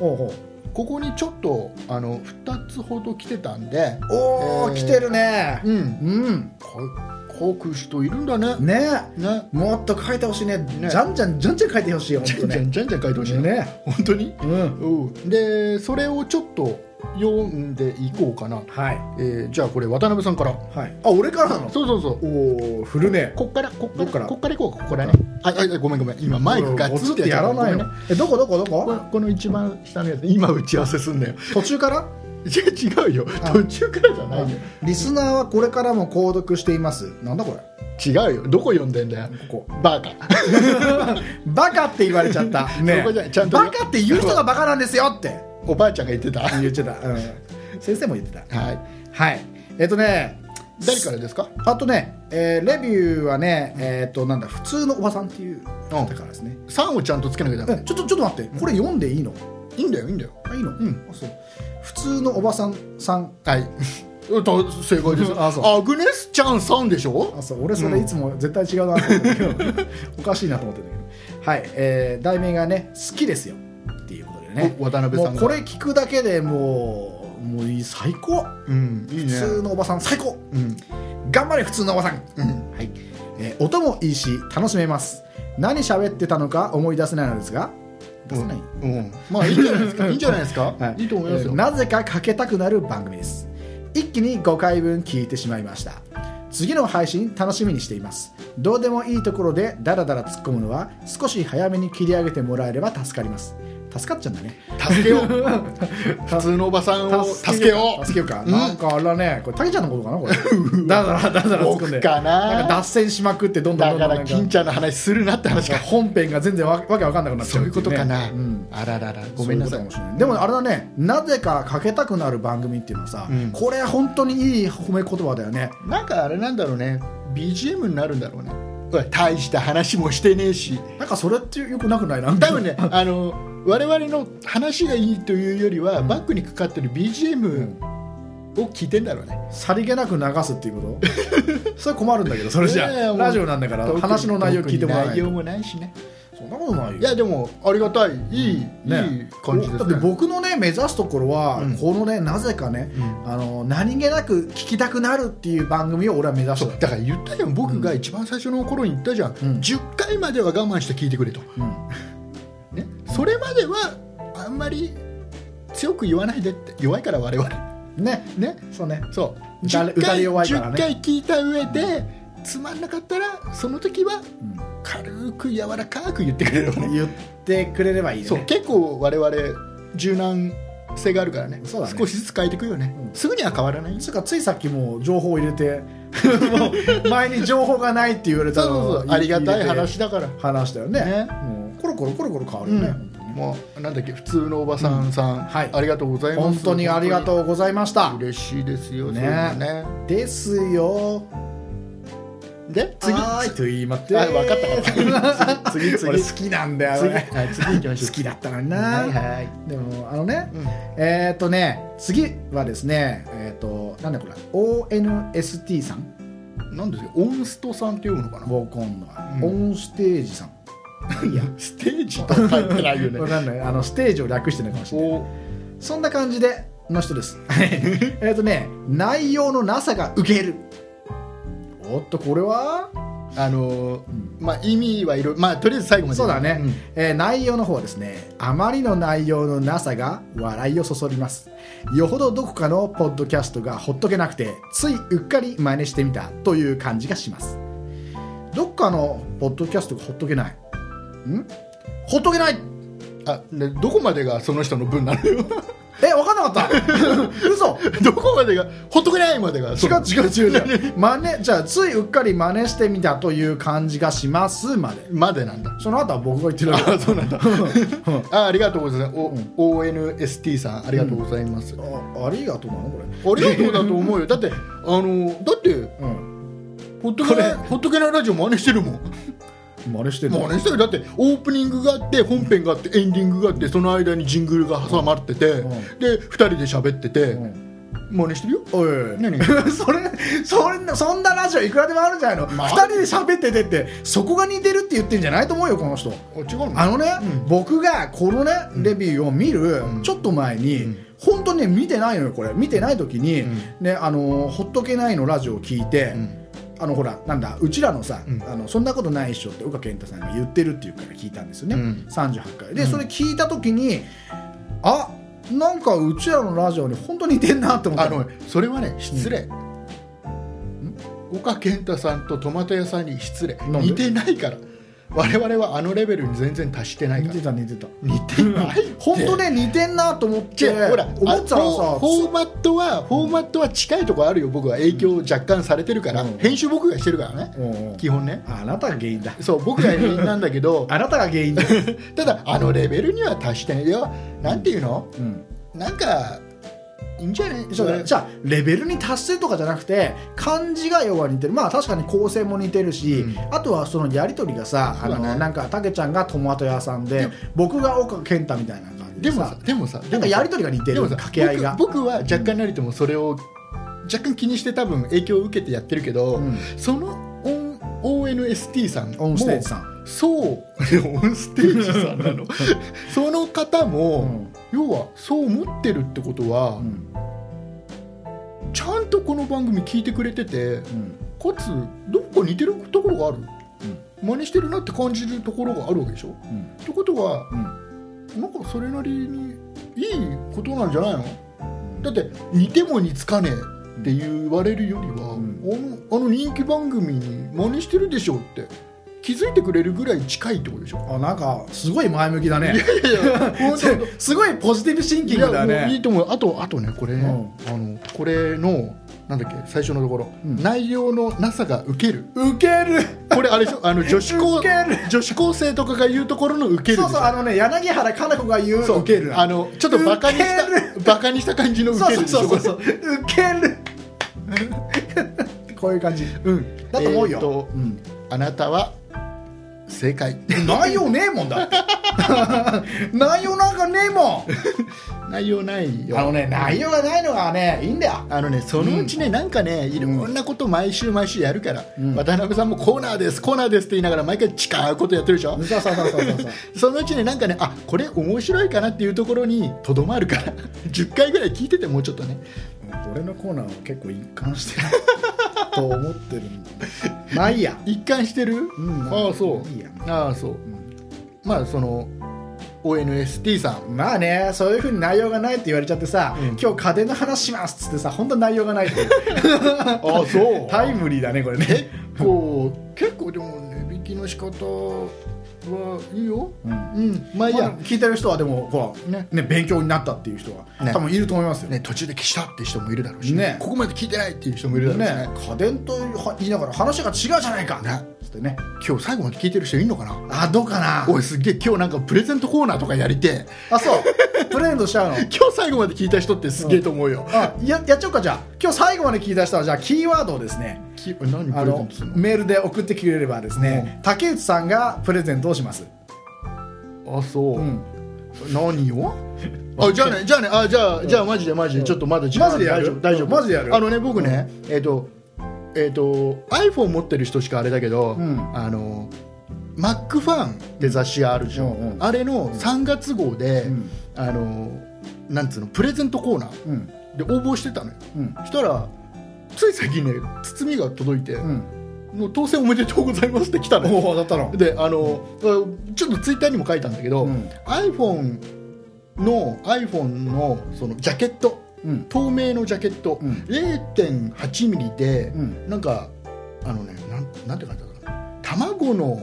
[SPEAKER 1] ほうほう
[SPEAKER 2] ここにちょっとあの2つほど来てたんで
[SPEAKER 1] おお、
[SPEAKER 2] えー
[SPEAKER 1] 来てるね
[SPEAKER 2] うん
[SPEAKER 1] うん
[SPEAKER 2] こ書く人いるんだね。
[SPEAKER 1] ね
[SPEAKER 2] ね。
[SPEAKER 1] もっと書いてほしいね
[SPEAKER 2] ね
[SPEAKER 1] じゃんじゃんじゃんじゃん書いてほしいよ
[SPEAKER 2] じゃん
[SPEAKER 1] 本当
[SPEAKER 2] じゃ
[SPEAKER 1] ね
[SPEAKER 2] んじゃんじゃん書いてほしい
[SPEAKER 1] ね
[SPEAKER 2] 本当に。
[SPEAKER 1] うん
[SPEAKER 2] うん。でそれをちょっと読んでいこうかな、
[SPEAKER 1] はい
[SPEAKER 2] えーじゃあこれ渡辺さんから
[SPEAKER 1] はいあ俺からなの
[SPEAKER 2] そうそうそう
[SPEAKER 1] おお振るね
[SPEAKER 2] こっからこっか
[SPEAKER 1] どっから
[SPEAKER 2] らこっからいこうかここらねあああごめんごめん今マイクが
[SPEAKER 1] これこつってやらない
[SPEAKER 2] ご
[SPEAKER 1] の
[SPEAKER 2] めんね
[SPEAKER 1] えどこどこど
[SPEAKER 2] こ
[SPEAKER 1] こ
[SPEAKER 2] のこの一番下のやつ今打ち合わせすんだよ
[SPEAKER 1] 途中から
[SPEAKER 2] じゃあ違うよ
[SPEAKER 1] あ
[SPEAKER 2] 途中からじゃないよ
[SPEAKER 1] リスナーはこれからも購読していますなんだこれ
[SPEAKER 2] 違うよどこ読んでんだよ
[SPEAKER 1] ここ
[SPEAKER 2] バカ
[SPEAKER 1] バカって言われちゃ ったね
[SPEAKER 2] ここじゃないちゃんと
[SPEAKER 1] バカって言う人がバカなんですよって
[SPEAKER 2] おばあちゃんが言ってた
[SPEAKER 1] 言っちゃった、うん、先生も言ってた
[SPEAKER 2] はい
[SPEAKER 1] はいえっとね
[SPEAKER 2] 誰からですか
[SPEAKER 1] あとね、えーレビューはね、えっとなんだ普通のおばさんっていう方からですね、
[SPEAKER 2] 3をちゃんとつけなきゃダ
[SPEAKER 1] う
[SPEAKER 2] メ
[SPEAKER 1] ん、ちょっとちょっと待ってこれ読んでいいの
[SPEAKER 2] いいんだよいいんだよ
[SPEAKER 1] あいいの、
[SPEAKER 2] ん
[SPEAKER 1] あそう普通のおばさんさん
[SPEAKER 2] はい うんと正解です
[SPEAKER 1] あそう
[SPEAKER 2] アグネスちゃんさんでしょ
[SPEAKER 1] あそう俺それいつも絶対違うなと思ってるけど、おかしいなと思ってるんだけどはい、えー題名がね「好きですよ」っていうことでね
[SPEAKER 2] お渡辺さん
[SPEAKER 1] も
[SPEAKER 2] が
[SPEAKER 1] うこれ聞くだけでもうもういい最高
[SPEAKER 2] うんいい
[SPEAKER 1] 普
[SPEAKER 2] ね
[SPEAKER 1] 通のおばさん最高
[SPEAKER 2] うん
[SPEAKER 1] 頑張れ普通のおばさん、
[SPEAKER 2] うん
[SPEAKER 1] はいえー音もいいし楽しめます何喋ってたのか思い出せないのですが出せない、
[SPEAKER 2] うんまあいいんじゃない ですかいいんじゃないですか、い、いと思います
[SPEAKER 1] え
[SPEAKER 2] よ、
[SPEAKER 1] ーなぜかかけたくなる番組です一気に5回分聞いてしまいました次の配信楽しみにしていますどうでもいいところでダラダラ突っ込むのは少し早めに切り上げてもらえれば助かります助かっちゃうんだね
[SPEAKER 2] 助けよう 普通のおばさんを助けよう
[SPEAKER 1] 助けようか、
[SPEAKER 2] うん
[SPEAKER 1] なんかあれだねこれたけちゃんのことかなこれ ダラダラダラダラ突っ込んで
[SPEAKER 2] 僕かなん
[SPEAKER 1] か脱線しまくってどんどん
[SPEAKER 2] だ
[SPEAKER 1] どんど
[SPEAKER 2] か
[SPEAKER 1] んな
[SPEAKER 2] ら
[SPEAKER 1] ん
[SPEAKER 2] 金ちゃんの話するなって話 か
[SPEAKER 1] 本編が全然わわけわかんなくなっちゃ
[SPEAKER 2] そう
[SPEAKER 1] っ
[SPEAKER 2] う
[SPEAKER 1] て
[SPEAKER 2] い
[SPEAKER 1] い
[SPEAKER 2] こ
[SPEAKER 1] うね
[SPEAKER 2] とかな、
[SPEAKER 1] うん
[SPEAKER 2] あらららごめんなさ
[SPEAKER 1] そう
[SPEAKER 2] いう
[SPEAKER 1] ことかもしれないでもあれだねなぜかかけたくなる番組っていうのはさ、
[SPEAKER 2] うん
[SPEAKER 1] これ本当にいい褒め言葉だよね
[SPEAKER 2] なんかあれなんだろうね BGM になるんだろうねおい大した話もしてねえし
[SPEAKER 1] なんかそれってよくなくないな
[SPEAKER 2] 多分 ねあの我々の話がいいというよりは、バックにかかってる BGM を聞いてんだろうね、
[SPEAKER 1] さりげなく流すっていうこと それ困るんだけどそれじゃ あ
[SPEAKER 2] いやいやもう
[SPEAKER 1] ラジオなんだから話の内容聞いてもらわない
[SPEAKER 2] 特に内容
[SPEAKER 1] と
[SPEAKER 2] もないしね
[SPEAKER 1] そんなことないよ
[SPEAKER 2] いやでもありがたいいい、いい
[SPEAKER 1] ね、
[SPEAKER 2] 感じです
[SPEAKER 1] だっ
[SPEAKER 2] ね
[SPEAKER 1] て僕のね目指すところは、
[SPEAKER 2] うん
[SPEAKER 1] このねなぜかね、
[SPEAKER 2] うん
[SPEAKER 1] あの何気なく聞きたくなるっていう番組を俺は目指し
[SPEAKER 2] そ
[SPEAKER 1] て
[SPEAKER 2] うだから言ったじゃん僕が一番最初の頃に言ったじゃん、
[SPEAKER 1] ん
[SPEAKER 2] 10回までは我慢して聞いてくれと、
[SPEAKER 1] た、うん
[SPEAKER 2] ね、それまではあんまり強く言わないでって弱いから我々
[SPEAKER 1] ね
[SPEAKER 2] ね
[SPEAKER 1] そうね
[SPEAKER 2] そう
[SPEAKER 1] 打た
[SPEAKER 2] 10
[SPEAKER 1] れ打たれ
[SPEAKER 2] 回
[SPEAKER 1] 弱いからね
[SPEAKER 2] 10回聞いた上でつまんなかったらその時は
[SPEAKER 1] うん
[SPEAKER 2] 軽く柔らかく言ってくれればね
[SPEAKER 1] 言ってくれればいいよ
[SPEAKER 2] そう
[SPEAKER 1] ね
[SPEAKER 2] 結構我々柔軟性があるからね
[SPEAKER 1] そうだね
[SPEAKER 2] 少しずつ変えていくよね、
[SPEAKER 1] うん
[SPEAKER 2] すぐには変わらないよ
[SPEAKER 1] つうかついさっきもう情報を入れて もう前に情報がないって言われ
[SPEAKER 2] そ
[SPEAKER 1] た
[SPEAKER 2] う
[SPEAKER 1] のを
[SPEAKER 2] そうそうありがたい
[SPEAKER 1] 入れて
[SPEAKER 2] 話だから
[SPEAKER 1] 話だよね
[SPEAKER 2] ね
[SPEAKER 1] もうコロコロコロコロ変わる
[SPEAKER 2] う
[SPEAKER 1] よ
[SPEAKER 2] ん
[SPEAKER 1] ね、本当にね
[SPEAKER 2] もうなんだっけ普通のおばさんさん、
[SPEAKER 1] はい
[SPEAKER 2] ありがとうございます
[SPEAKER 1] 本当にありが
[SPEAKER 2] う
[SPEAKER 1] とうございました
[SPEAKER 2] 嬉しいですよ
[SPEAKER 1] ね
[SPEAKER 2] ねね
[SPEAKER 1] ですよ
[SPEAKER 2] で次
[SPEAKER 1] はーいと言いまって
[SPEAKER 2] あ分かったから 次次
[SPEAKER 1] 俺
[SPEAKER 2] 次
[SPEAKER 1] 好きなんだよ
[SPEAKER 2] 次
[SPEAKER 1] 俺
[SPEAKER 2] はい次行きましょう
[SPEAKER 1] 好きだったのにな、
[SPEAKER 2] はいはい
[SPEAKER 1] でもあのね、
[SPEAKER 2] うん
[SPEAKER 1] えー、っとね次はですねえーっとなんだこれ ONST さん
[SPEAKER 2] なんですよオンストさんって読むのかな
[SPEAKER 1] ボーコンのは、
[SPEAKER 2] う
[SPEAKER 1] オンステージさんいや
[SPEAKER 2] ステージとか書いてないよ
[SPEAKER 1] わ
[SPEAKER 2] ね
[SPEAKER 1] かんないあのステージを略してるのかもしれない
[SPEAKER 2] お
[SPEAKER 1] そんな感じでの人ですえっとね内容のなさがウケるおっとこれは
[SPEAKER 2] あのーまあ意味はいろいろまあとりあえず最後まで
[SPEAKER 1] そうだね、えー内容の方はですねあまりの内容のなさが笑いをそそりますよほどどこかのポッドキャストがほっとけなくてついうっかり真似してみたという感じがしますどっかのポッドキャストがほっとけないんほっとけない
[SPEAKER 2] うんあでどこまでがその人の分なのよ
[SPEAKER 1] え分かんなかった嘘
[SPEAKER 2] どこまでがほっとけないまでが
[SPEAKER 1] 違
[SPEAKER 2] そう
[SPEAKER 1] 違う違う違う真似じゃあついうっかり真似してみたという感じがしますまで
[SPEAKER 2] までなんだ
[SPEAKER 1] その後は僕が言ってるだけ
[SPEAKER 2] あそうなんだあありがとうございますお、ONST さんありがとうございます、
[SPEAKER 1] あありがとうなのこれ
[SPEAKER 2] ありがとうだと思うよだってあのだって
[SPEAKER 1] うん
[SPEAKER 2] ほっとけないほっとけないラジオ真似してるもん
[SPEAKER 1] 真似してる
[SPEAKER 2] 真似してるだってオープニングがあって本編があってエンディングがあってその間にジングルが挟まってて、
[SPEAKER 1] ん
[SPEAKER 2] で2人で喋ってて、
[SPEAKER 1] うん
[SPEAKER 2] 真似してるよ
[SPEAKER 1] おいおいおい
[SPEAKER 2] 何
[SPEAKER 1] それそれそんなラジオいくらでもあるんじゃないの、
[SPEAKER 2] まあ
[SPEAKER 1] 2人で喋っててってそこが似てるって言ってんじゃないと思うよこの人
[SPEAKER 2] あ違うの
[SPEAKER 1] あのね、
[SPEAKER 2] うん
[SPEAKER 1] 僕がこのねレビューを見る
[SPEAKER 2] ん
[SPEAKER 1] ちょっと前に、
[SPEAKER 2] うん
[SPEAKER 1] 本当にね見てないのよこれ見てない時に、
[SPEAKER 2] うん
[SPEAKER 1] ねあのーほっとけないのラジオを聞いて、
[SPEAKER 2] うん
[SPEAKER 1] あのほらなんだうちらのさ、
[SPEAKER 2] うん
[SPEAKER 1] あのそんなことないっしょって岡健太さんが言ってるっていうから聞いたんですよね、
[SPEAKER 2] うん
[SPEAKER 1] 38回でそれ聞いた時にあなんかうちらのラジオに本当に似てんなって思っ
[SPEAKER 2] あ
[SPEAKER 1] た
[SPEAKER 2] のそれはね失礼、ん岡健太さんとトマト屋さんに失礼
[SPEAKER 1] んで
[SPEAKER 2] 似てないから我々はあのレベルに全然達してない
[SPEAKER 1] 似
[SPEAKER 2] か
[SPEAKER 1] て
[SPEAKER 2] ら
[SPEAKER 1] た似てた
[SPEAKER 2] 似てないって
[SPEAKER 1] 本当ね似てんなと思って
[SPEAKER 2] 違うほら
[SPEAKER 1] 思ってたら
[SPEAKER 2] あフ
[SPEAKER 1] さ
[SPEAKER 2] ォーマットはフォーマットは近いところあるよ僕は影響を若干されてるから、
[SPEAKER 1] うん
[SPEAKER 2] 編集僕がしてるからね、
[SPEAKER 1] うんうん
[SPEAKER 2] 基本ね
[SPEAKER 1] あなたが原因だ
[SPEAKER 2] そう僕が なんだけど
[SPEAKER 1] あなたが 原因だ、
[SPEAKER 2] ただあのレベルには達してないいやなんていうの
[SPEAKER 1] うん、
[SPEAKER 2] なんかいいんじゃない
[SPEAKER 1] じゃ
[SPEAKER 2] そ
[SPEAKER 1] あ
[SPEAKER 2] れ
[SPEAKER 1] じゃあレベルに達するとかじゃなくて漢字が要は似てるまあ確かに構成も似てるし、
[SPEAKER 2] うん
[SPEAKER 1] あとはそのやり取りがさあ
[SPEAKER 2] そうだ
[SPEAKER 1] の
[SPEAKER 2] ね
[SPEAKER 1] なんかたけちゃんがトマト屋さんで
[SPEAKER 2] で
[SPEAKER 1] 僕が岡健太みたいな感じ
[SPEAKER 2] で
[SPEAKER 1] で
[SPEAKER 2] も
[SPEAKER 1] さ
[SPEAKER 2] さでもさ
[SPEAKER 1] なんかやり取りが似てる
[SPEAKER 2] でも
[SPEAKER 1] 掛け合いが。
[SPEAKER 2] 僕僕は若干なりともそれを若干気にして多分影響を受けてやってるけど、
[SPEAKER 1] うん
[SPEAKER 2] そのオン ONST さんも
[SPEAKER 1] オンステージさん、
[SPEAKER 2] そうオンステージさんなの その方
[SPEAKER 1] う
[SPEAKER 2] も、
[SPEAKER 1] ん
[SPEAKER 2] 要はそう思ってるってことは、
[SPEAKER 1] うん
[SPEAKER 2] ちゃんとこの番組聞いてくれてて
[SPEAKER 1] うん
[SPEAKER 2] かつどこか似てるところがある、真似してるなって感じるところがあるわけでしょ
[SPEAKER 1] うん
[SPEAKER 2] ってことは
[SPEAKER 1] うん
[SPEAKER 2] なんかそれなりにいいことなんじゃないのだって似ても似つかねえって言われるよりは、
[SPEAKER 1] うん
[SPEAKER 2] あのあの人気番組に真似してるでしょって気づいてくれるぐらい近いってことでしょ
[SPEAKER 1] あなんかす ごい前向きだね
[SPEAKER 2] いやいや本当
[SPEAKER 1] すごいポジティブシンキング
[SPEAKER 2] いやも
[SPEAKER 1] だ
[SPEAKER 2] うい
[SPEAKER 1] ね
[SPEAKER 2] いと思うあとあとねこれね、あのこれのなんだっけ最初のところ、
[SPEAKER 1] うん
[SPEAKER 2] 内容のなさがウケる
[SPEAKER 1] ウケる
[SPEAKER 2] これあれでしょあの女子高
[SPEAKER 1] ウケる
[SPEAKER 2] 女子高生とかが言うところのウケるでしょ
[SPEAKER 1] そうそうあのね柳原加奈子が言うウケる
[SPEAKER 2] あのちょっとバカにし
[SPEAKER 1] ウケ
[SPEAKER 2] たバカにした感じのウケ
[SPEAKER 1] そう
[SPEAKER 2] る
[SPEAKER 1] そ
[SPEAKER 2] で
[SPEAKER 1] う
[SPEAKER 2] しょ
[SPEAKER 1] そうそう
[SPEAKER 2] これ
[SPEAKER 1] そうウケるこういう感じ
[SPEAKER 2] うん
[SPEAKER 1] だと思うよ
[SPEAKER 2] えーと
[SPEAKER 1] うん
[SPEAKER 2] あなたは正解
[SPEAKER 1] 内容ねえもんだって 内容なんかねえも
[SPEAKER 2] 内容ない
[SPEAKER 1] ん
[SPEAKER 2] よ
[SPEAKER 1] あのね内容がないのがねいいんだよ
[SPEAKER 2] あのねそのうちね、なんかねいろんなこと毎週毎週やるから、
[SPEAKER 1] うん
[SPEAKER 2] 渡辺さんもコーナーですコーナーですって言いながら毎回違うことやってるでしょ、
[SPEAKER 1] そうそうそうそうそう
[SPEAKER 2] そのうちねなんかねあこれ面白いかなっていうところにとどまるから 10回ぐらい聞いててもうちょっとね
[SPEAKER 1] 俺のコーナーは結構一貫して ると思ってるんだまあいいや
[SPEAKER 2] 一貫してる、
[SPEAKER 1] うん
[SPEAKER 2] ああそう
[SPEAKER 1] いいや
[SPEAKER 2] ああそう、まあその ONST さん
[SPEAKER 1] まあねそういうふうに内容がないって言われちゃってさ、
[SPEAKER 2] うん
[SPEAKER 1] 今日家電の話しますっつってさ本当内容がない っていう
[SPEAKER 2] ああそう
[SPEAKER 1] タイムリーだねこれ
[SPEAKER 2] 結
[SPEAKER 1] ね、
[SPEAKER 2] 構結構でも値引きの仕方はいいよ
[SPEAKER 1] うん
[SPEAKER 2] うんまあいい
[SPEAKER 1] ま
[SPEAKER 2] や、
[SPEAKER 1] あ聞いてる人はでもほら、
[SPEAKER 2] ね
[SPEAKER 1] ね勉強になったっていう人は、
[SPEAKER 2] ね
[SPEAKER 1] 多分いると思いますよ
[SPEAKER 2] ね、途中で消したって人もいるだろうし、
[SPEAKER 1] ね
[SPEAKER 2] ここまで聞いてないっていう人もいるだろうしね
[SPEAKER 1] ね家電と言いながら話が違うじゃないか
[SPEAKER 2] ね
[SPEAKER 1] つってね
[SPEAKER 2] 今日最後まで聞いてる人いんのかな
[SPEAKER 1] あどうかな
[SPEAKER 2] おいすっげえ今日なんかプレゼントコーナーとかやりてえ
[SPEAKER 1] あそうプレゼントしちゃうの
[SPEAKER 2] 今日最後まで聞いた人ってすげえと思うよ、
[SPEAKER 1] あややっちゃおうかじゃあ今日最後まで聞いた人はじゃあキーワードをですね
[SPEAKER 2] き何プ
[SPEAKER 1] あ
[SPEAKER 2] レゼン
[SPEAKER 1] の
[SPEAKER 2] トするの
[SPEAKER 1] メールで送ってくれればですね、竹内さんがプレゼントをします、
[SPEAKER 2] あそう、
[SPEAKER 1] うん
[SPEAKER 2] 何をあじゃあねじゃあねあじゃあじゃあマジでマジでちょっとまだ時間
[SPEAKER 1] マジでや
[SPEAKER 2] 大
[SPEAKER 1] る
[SPEAKER 2] 丈夫大丈夫
[SPEAKER 1] マジでやる
[SPEAKER 2] あのね僕ねえっとえっと iPhone 持ってる人しかあれだけど
[SPEAKER 1] うん
[SPEAKER 2] あの Mac ファンって雑誌があるじゃ
[SPEAKER 1] うん
[SPEAKER 2] ん
[SPEAKER 1] うん
[SPEAKER 2] あれの3月号で
[SPEAKER 1] うん
[SPEAKER 2] あのなんつうのプレゼントコーナー
[SPEAKER 1] うん
[SPEAKER 2] で応募してたのよ
[SPEAKER 1] うん
[SPEAKER 2] そしたらつい最近ね包みが届いて
[SPEAKER 1] うん
[SPEAKER 2] もう当選おめでとうございますって来たのよ
[SPEAKER 1] おおだったの
[SPEAKER 2] であのあちょっとツイッターにも書いたんだけど、
[SPEAKER 1] うん
[SPEAKER 2] iPhone の iPhone のそのジャケット
[SPEAKER 1] うん
[SPEAKER 2] 透明のジャケット、
[SPEAKER 1] うん
[SPEAKER 2] 0.8ミリで、
[SPEAKER 1] うん
[SPEAKER 2] なんかあのねなんなんて書いてあったかな卵の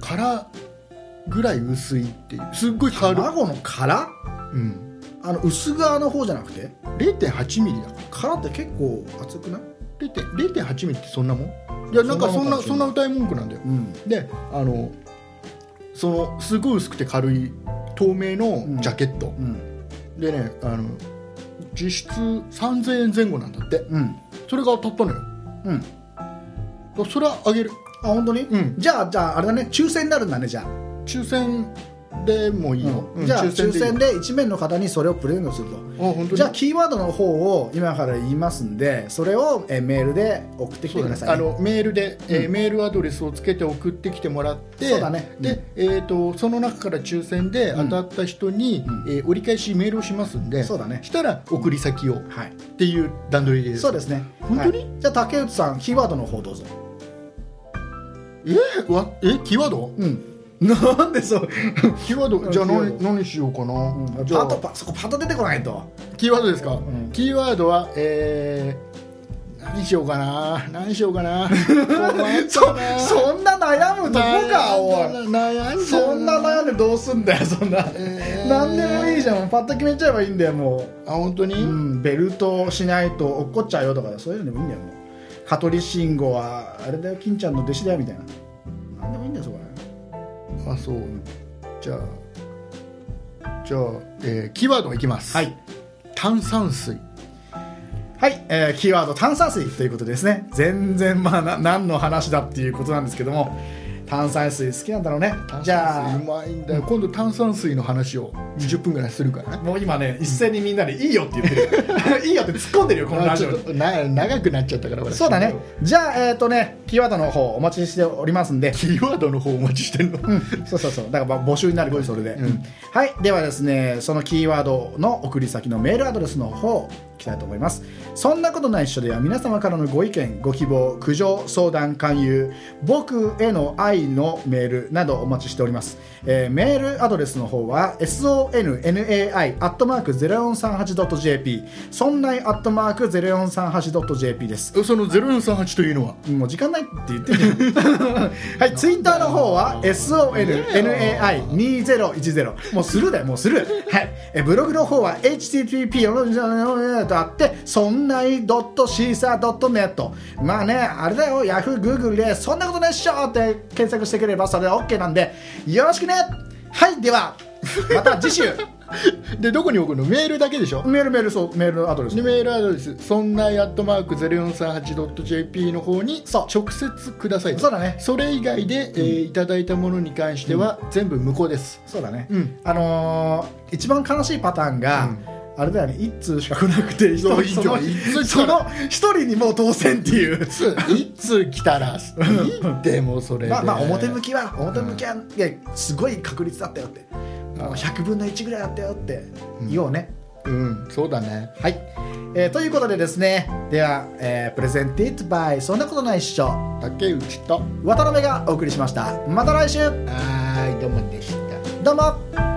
[SPEAKER 2] 殻ぐらい薄いっていうすっごい軽い、
[SPEAKER 1] 卵の殻
[SPEAKER 2] うん、
[SPEAKER 1] あの薄側の方じゃなくて
[SPEAKER 2] 0.8ミリだから
[SPEAKER 1] 殻って結構厚くない
[SPEAKER 2] 0.8 0.8ミリってそんなもんいやなんかそんなそ
[SPEAKER 1] そ
[SPEAKER 2] ん
[SPEAKER 1] ん
[SPEAKER 2] な
[SPEAKER 1] な
[SPEAKER 2] 歌い文句なんだよ
[SPEAKER 1] うん
[SPEAKER 2] であのそのすごい薄くて軽い透明のジャケット、
[SPEAKER 1] うん
[SPEAKER 2] でねあの実質3000円前後なんだって
[SPEAKER 1] うん
[SPEAKER 2] それが当たったのよ
[SPEAKER 1] うん
[SPEAKER 2] だそれはあげる
[SPEAKER 1] あ本当に、
[SPEAKER 2] うん
[SPEAKER 1] じゃあじゃああれだね抽選になるんだねじゃあ、
[SPEAKER 2] 抽選でもいいよ、うん
[SPEAKER 1] じゃあ抽
[SPEAKER 2] いいよ
[SPEAKER 1] 選で1名の方にそれをプレゼントすると
[SPEAKER 2] あ本当に
[SPEAKER 1] じゃあキーワードの方を今から言いますんでそれをえメールで送ってき
[SPEAKER 2] そ
[SPEAKER 1] て
[SPEAKER 2] う
[SPEAKER 1] く
[SPEAKER 2] だね
[SPEAKER 1] ださいね、
[SPEAKER 2] あのメールで、えー
[SPEAKER 1] うん
[SPEAKER 2] メールアドレスをつけて送ってきてもらって
[SPEAKER 1] そうだね
[SPEAKER 2] で、えー、とその中から抽選で当たった人に、
[SPEAKER 1] うん
[SPEAKER 2] えー折り返しメールをしますんで
[SPEAKER 1] そうだね
[SPEAKER 2] したら送り先をっ
[SPEAKER 1] はい
[SPEAKER 2] ていう段取りです
[SPEAKER 1] そうですね
[SPEAKER 2] 本当に
[SPEAKER 1] はいじゃあ竹内さんキーワードの方どうぞ
[SPEAKER 2] えーわえーキーワード
[SPEAKER 1] うんなんでそう
[SPEAKER 2] キーワードじゃあ
[SPEAKER 1] キーワー
[SPEAKER 2] 何
[SPEAKER 1] ド
[SPEAKER 2] 何しようかな、じゃ
[SPEAKER 1] パ
[SPEAKER 2] あ
[SPEAKER 1] ッとパそこパッと出てこな いと
[SPEAKER 2] キーワードですか、
[SPEAKER 1] ん
[SPEAKER 2] キーワードはえー、何しようかな何しようか な
[SPEAKER 1] そそんな悩むとこかおい
[SPEAKER 2] 悩んじゃう
[SPEAKER 1] そんな悩んでどうすんだよそんな、
[SPEAKER 2] えー
[SPEAKER 1] 何でもいいじゃんパッと決めちゃえばいいんだよも
[SPEAKER 2] あ本当に、
[SPEAKER 1] う、うん、ベルトしないと落っこっちゃうよとかそういうのでもいいんだよもう香取慎吾はあれだよ金ちゃんの弟子だよみたいな何でもいいんだよそこは
[SPEAKER 2] あそうじゃあじゃあ、えーキーワードいきます、
[SPEAKER 1] はい、
[SPEAKER 2] 炭酸水
[SPEAKER 1] はいえーキーワード炭酸水ということですね全然まあな何の話だっていうことなんですけども炭酸水好きなんだろうねじ
[SPEAKER 2] 炭
[SPEAKER 1] ゃ
[SPEAKER 2] 酸水うまいんだよ今度炭酸水の話を10分ぐらいするから
[SPEAKER 1] あ
[SPEAKER 2] ね、
[SPEAKER 1] もう今ね一斉にみんなで「いいよ」って言って るいいよって突っ込んでるよこの
[SPEAKER 2] あ
[SPEAKER 1] ラ
[SPEAKER 2] ち
[SPEAKER 1] ジ
[SPEAKER 2] ょ
[SPEAKER 1] オ
[SPEAKER 2] っとな長くなっちゃったから私
[SPEAKER 1] そうだねじゃあえっ、とねキーワードの方お待ちしておりますんで
[SPEAKER 2] キーワードの方お待ちしてるの、
[SPEAKER 1] そうそうそうだからまあ募集になるごそれで、
[SPEAKER 2] うん
[SPEAKER 1] はいではですねそのキーワードの送り先のメールアドレスの方いきたいと思いますそんなことないっしょでは皆様からのご意見ご希望苦情相談勧誘僕への愛のメールなどお待ちしております、えーメールアドレスの方は sonnai.0438.jp そんない .0438.jp です
[SPEAKER 2] その0438というのは
[SPEAKER 1] もう時間ないって言ってんじゃんはいツイッターの方は SONNAI2010 もうするだよもうするはいえブログの方は HTTP のとあってそんない .cisa.net まあねあれだよ Yahoo、Google でそんなことないっしょって検索してくれればそれは OK なんでよろしくねはいではまた次週
[SPEAKER 2] でどこに送るのメールだけでしょ、
[SPEAKER 1] メールメールそうメールのアドレス
[SPEAKER 2] でメールアドレスそんないアットマーク 0438.jp の方に
[SPEAKER 1] そう
[SPEAKER 2] 直接くださいと
[SPEAKER 1] そうだね
[SPEAKER 2] それ以外で、えーいただいたものに関しては、全部無効です
[SPEAKER 1] そうだね、
[SPEAKER 2] うん
[SPEAKER 1] あのー一番悲しいパターンが、
[SPEAKER 2] うん
[SPEAKER 1] あれだよね一通しか来なくて一人
[SPEAKER 2] いい
[SPEAKER 1] そ
[SPEAKER 2] じゃ
[SPEAKER 1] の
[SPEAKER 2] ん一通し
[SPEAKER 1] そ
[SPEAKER 2] か
[SPEAKER 1] の一人にもう当選っていう
[SPEAKER 2] いつ来たらいいでもそれで
[SPEAKER 1] まあまあ表向きは表向きは、いやすごい確率だったよってもう100分の1ぐらいだったよって言おうね、
[SPEAKER 2] うんそうだね
[SPEAKER 1] はい、えーということでですねでは、えー、プレゼンティットバイそんなことないっしょ
[SPEAKER 2] 竹内と
[SPEAKER 1] 渡辺がお送りしましたまた来週
[SPEAKER 2] はいどうもでした
[SPEAKER 1] どうも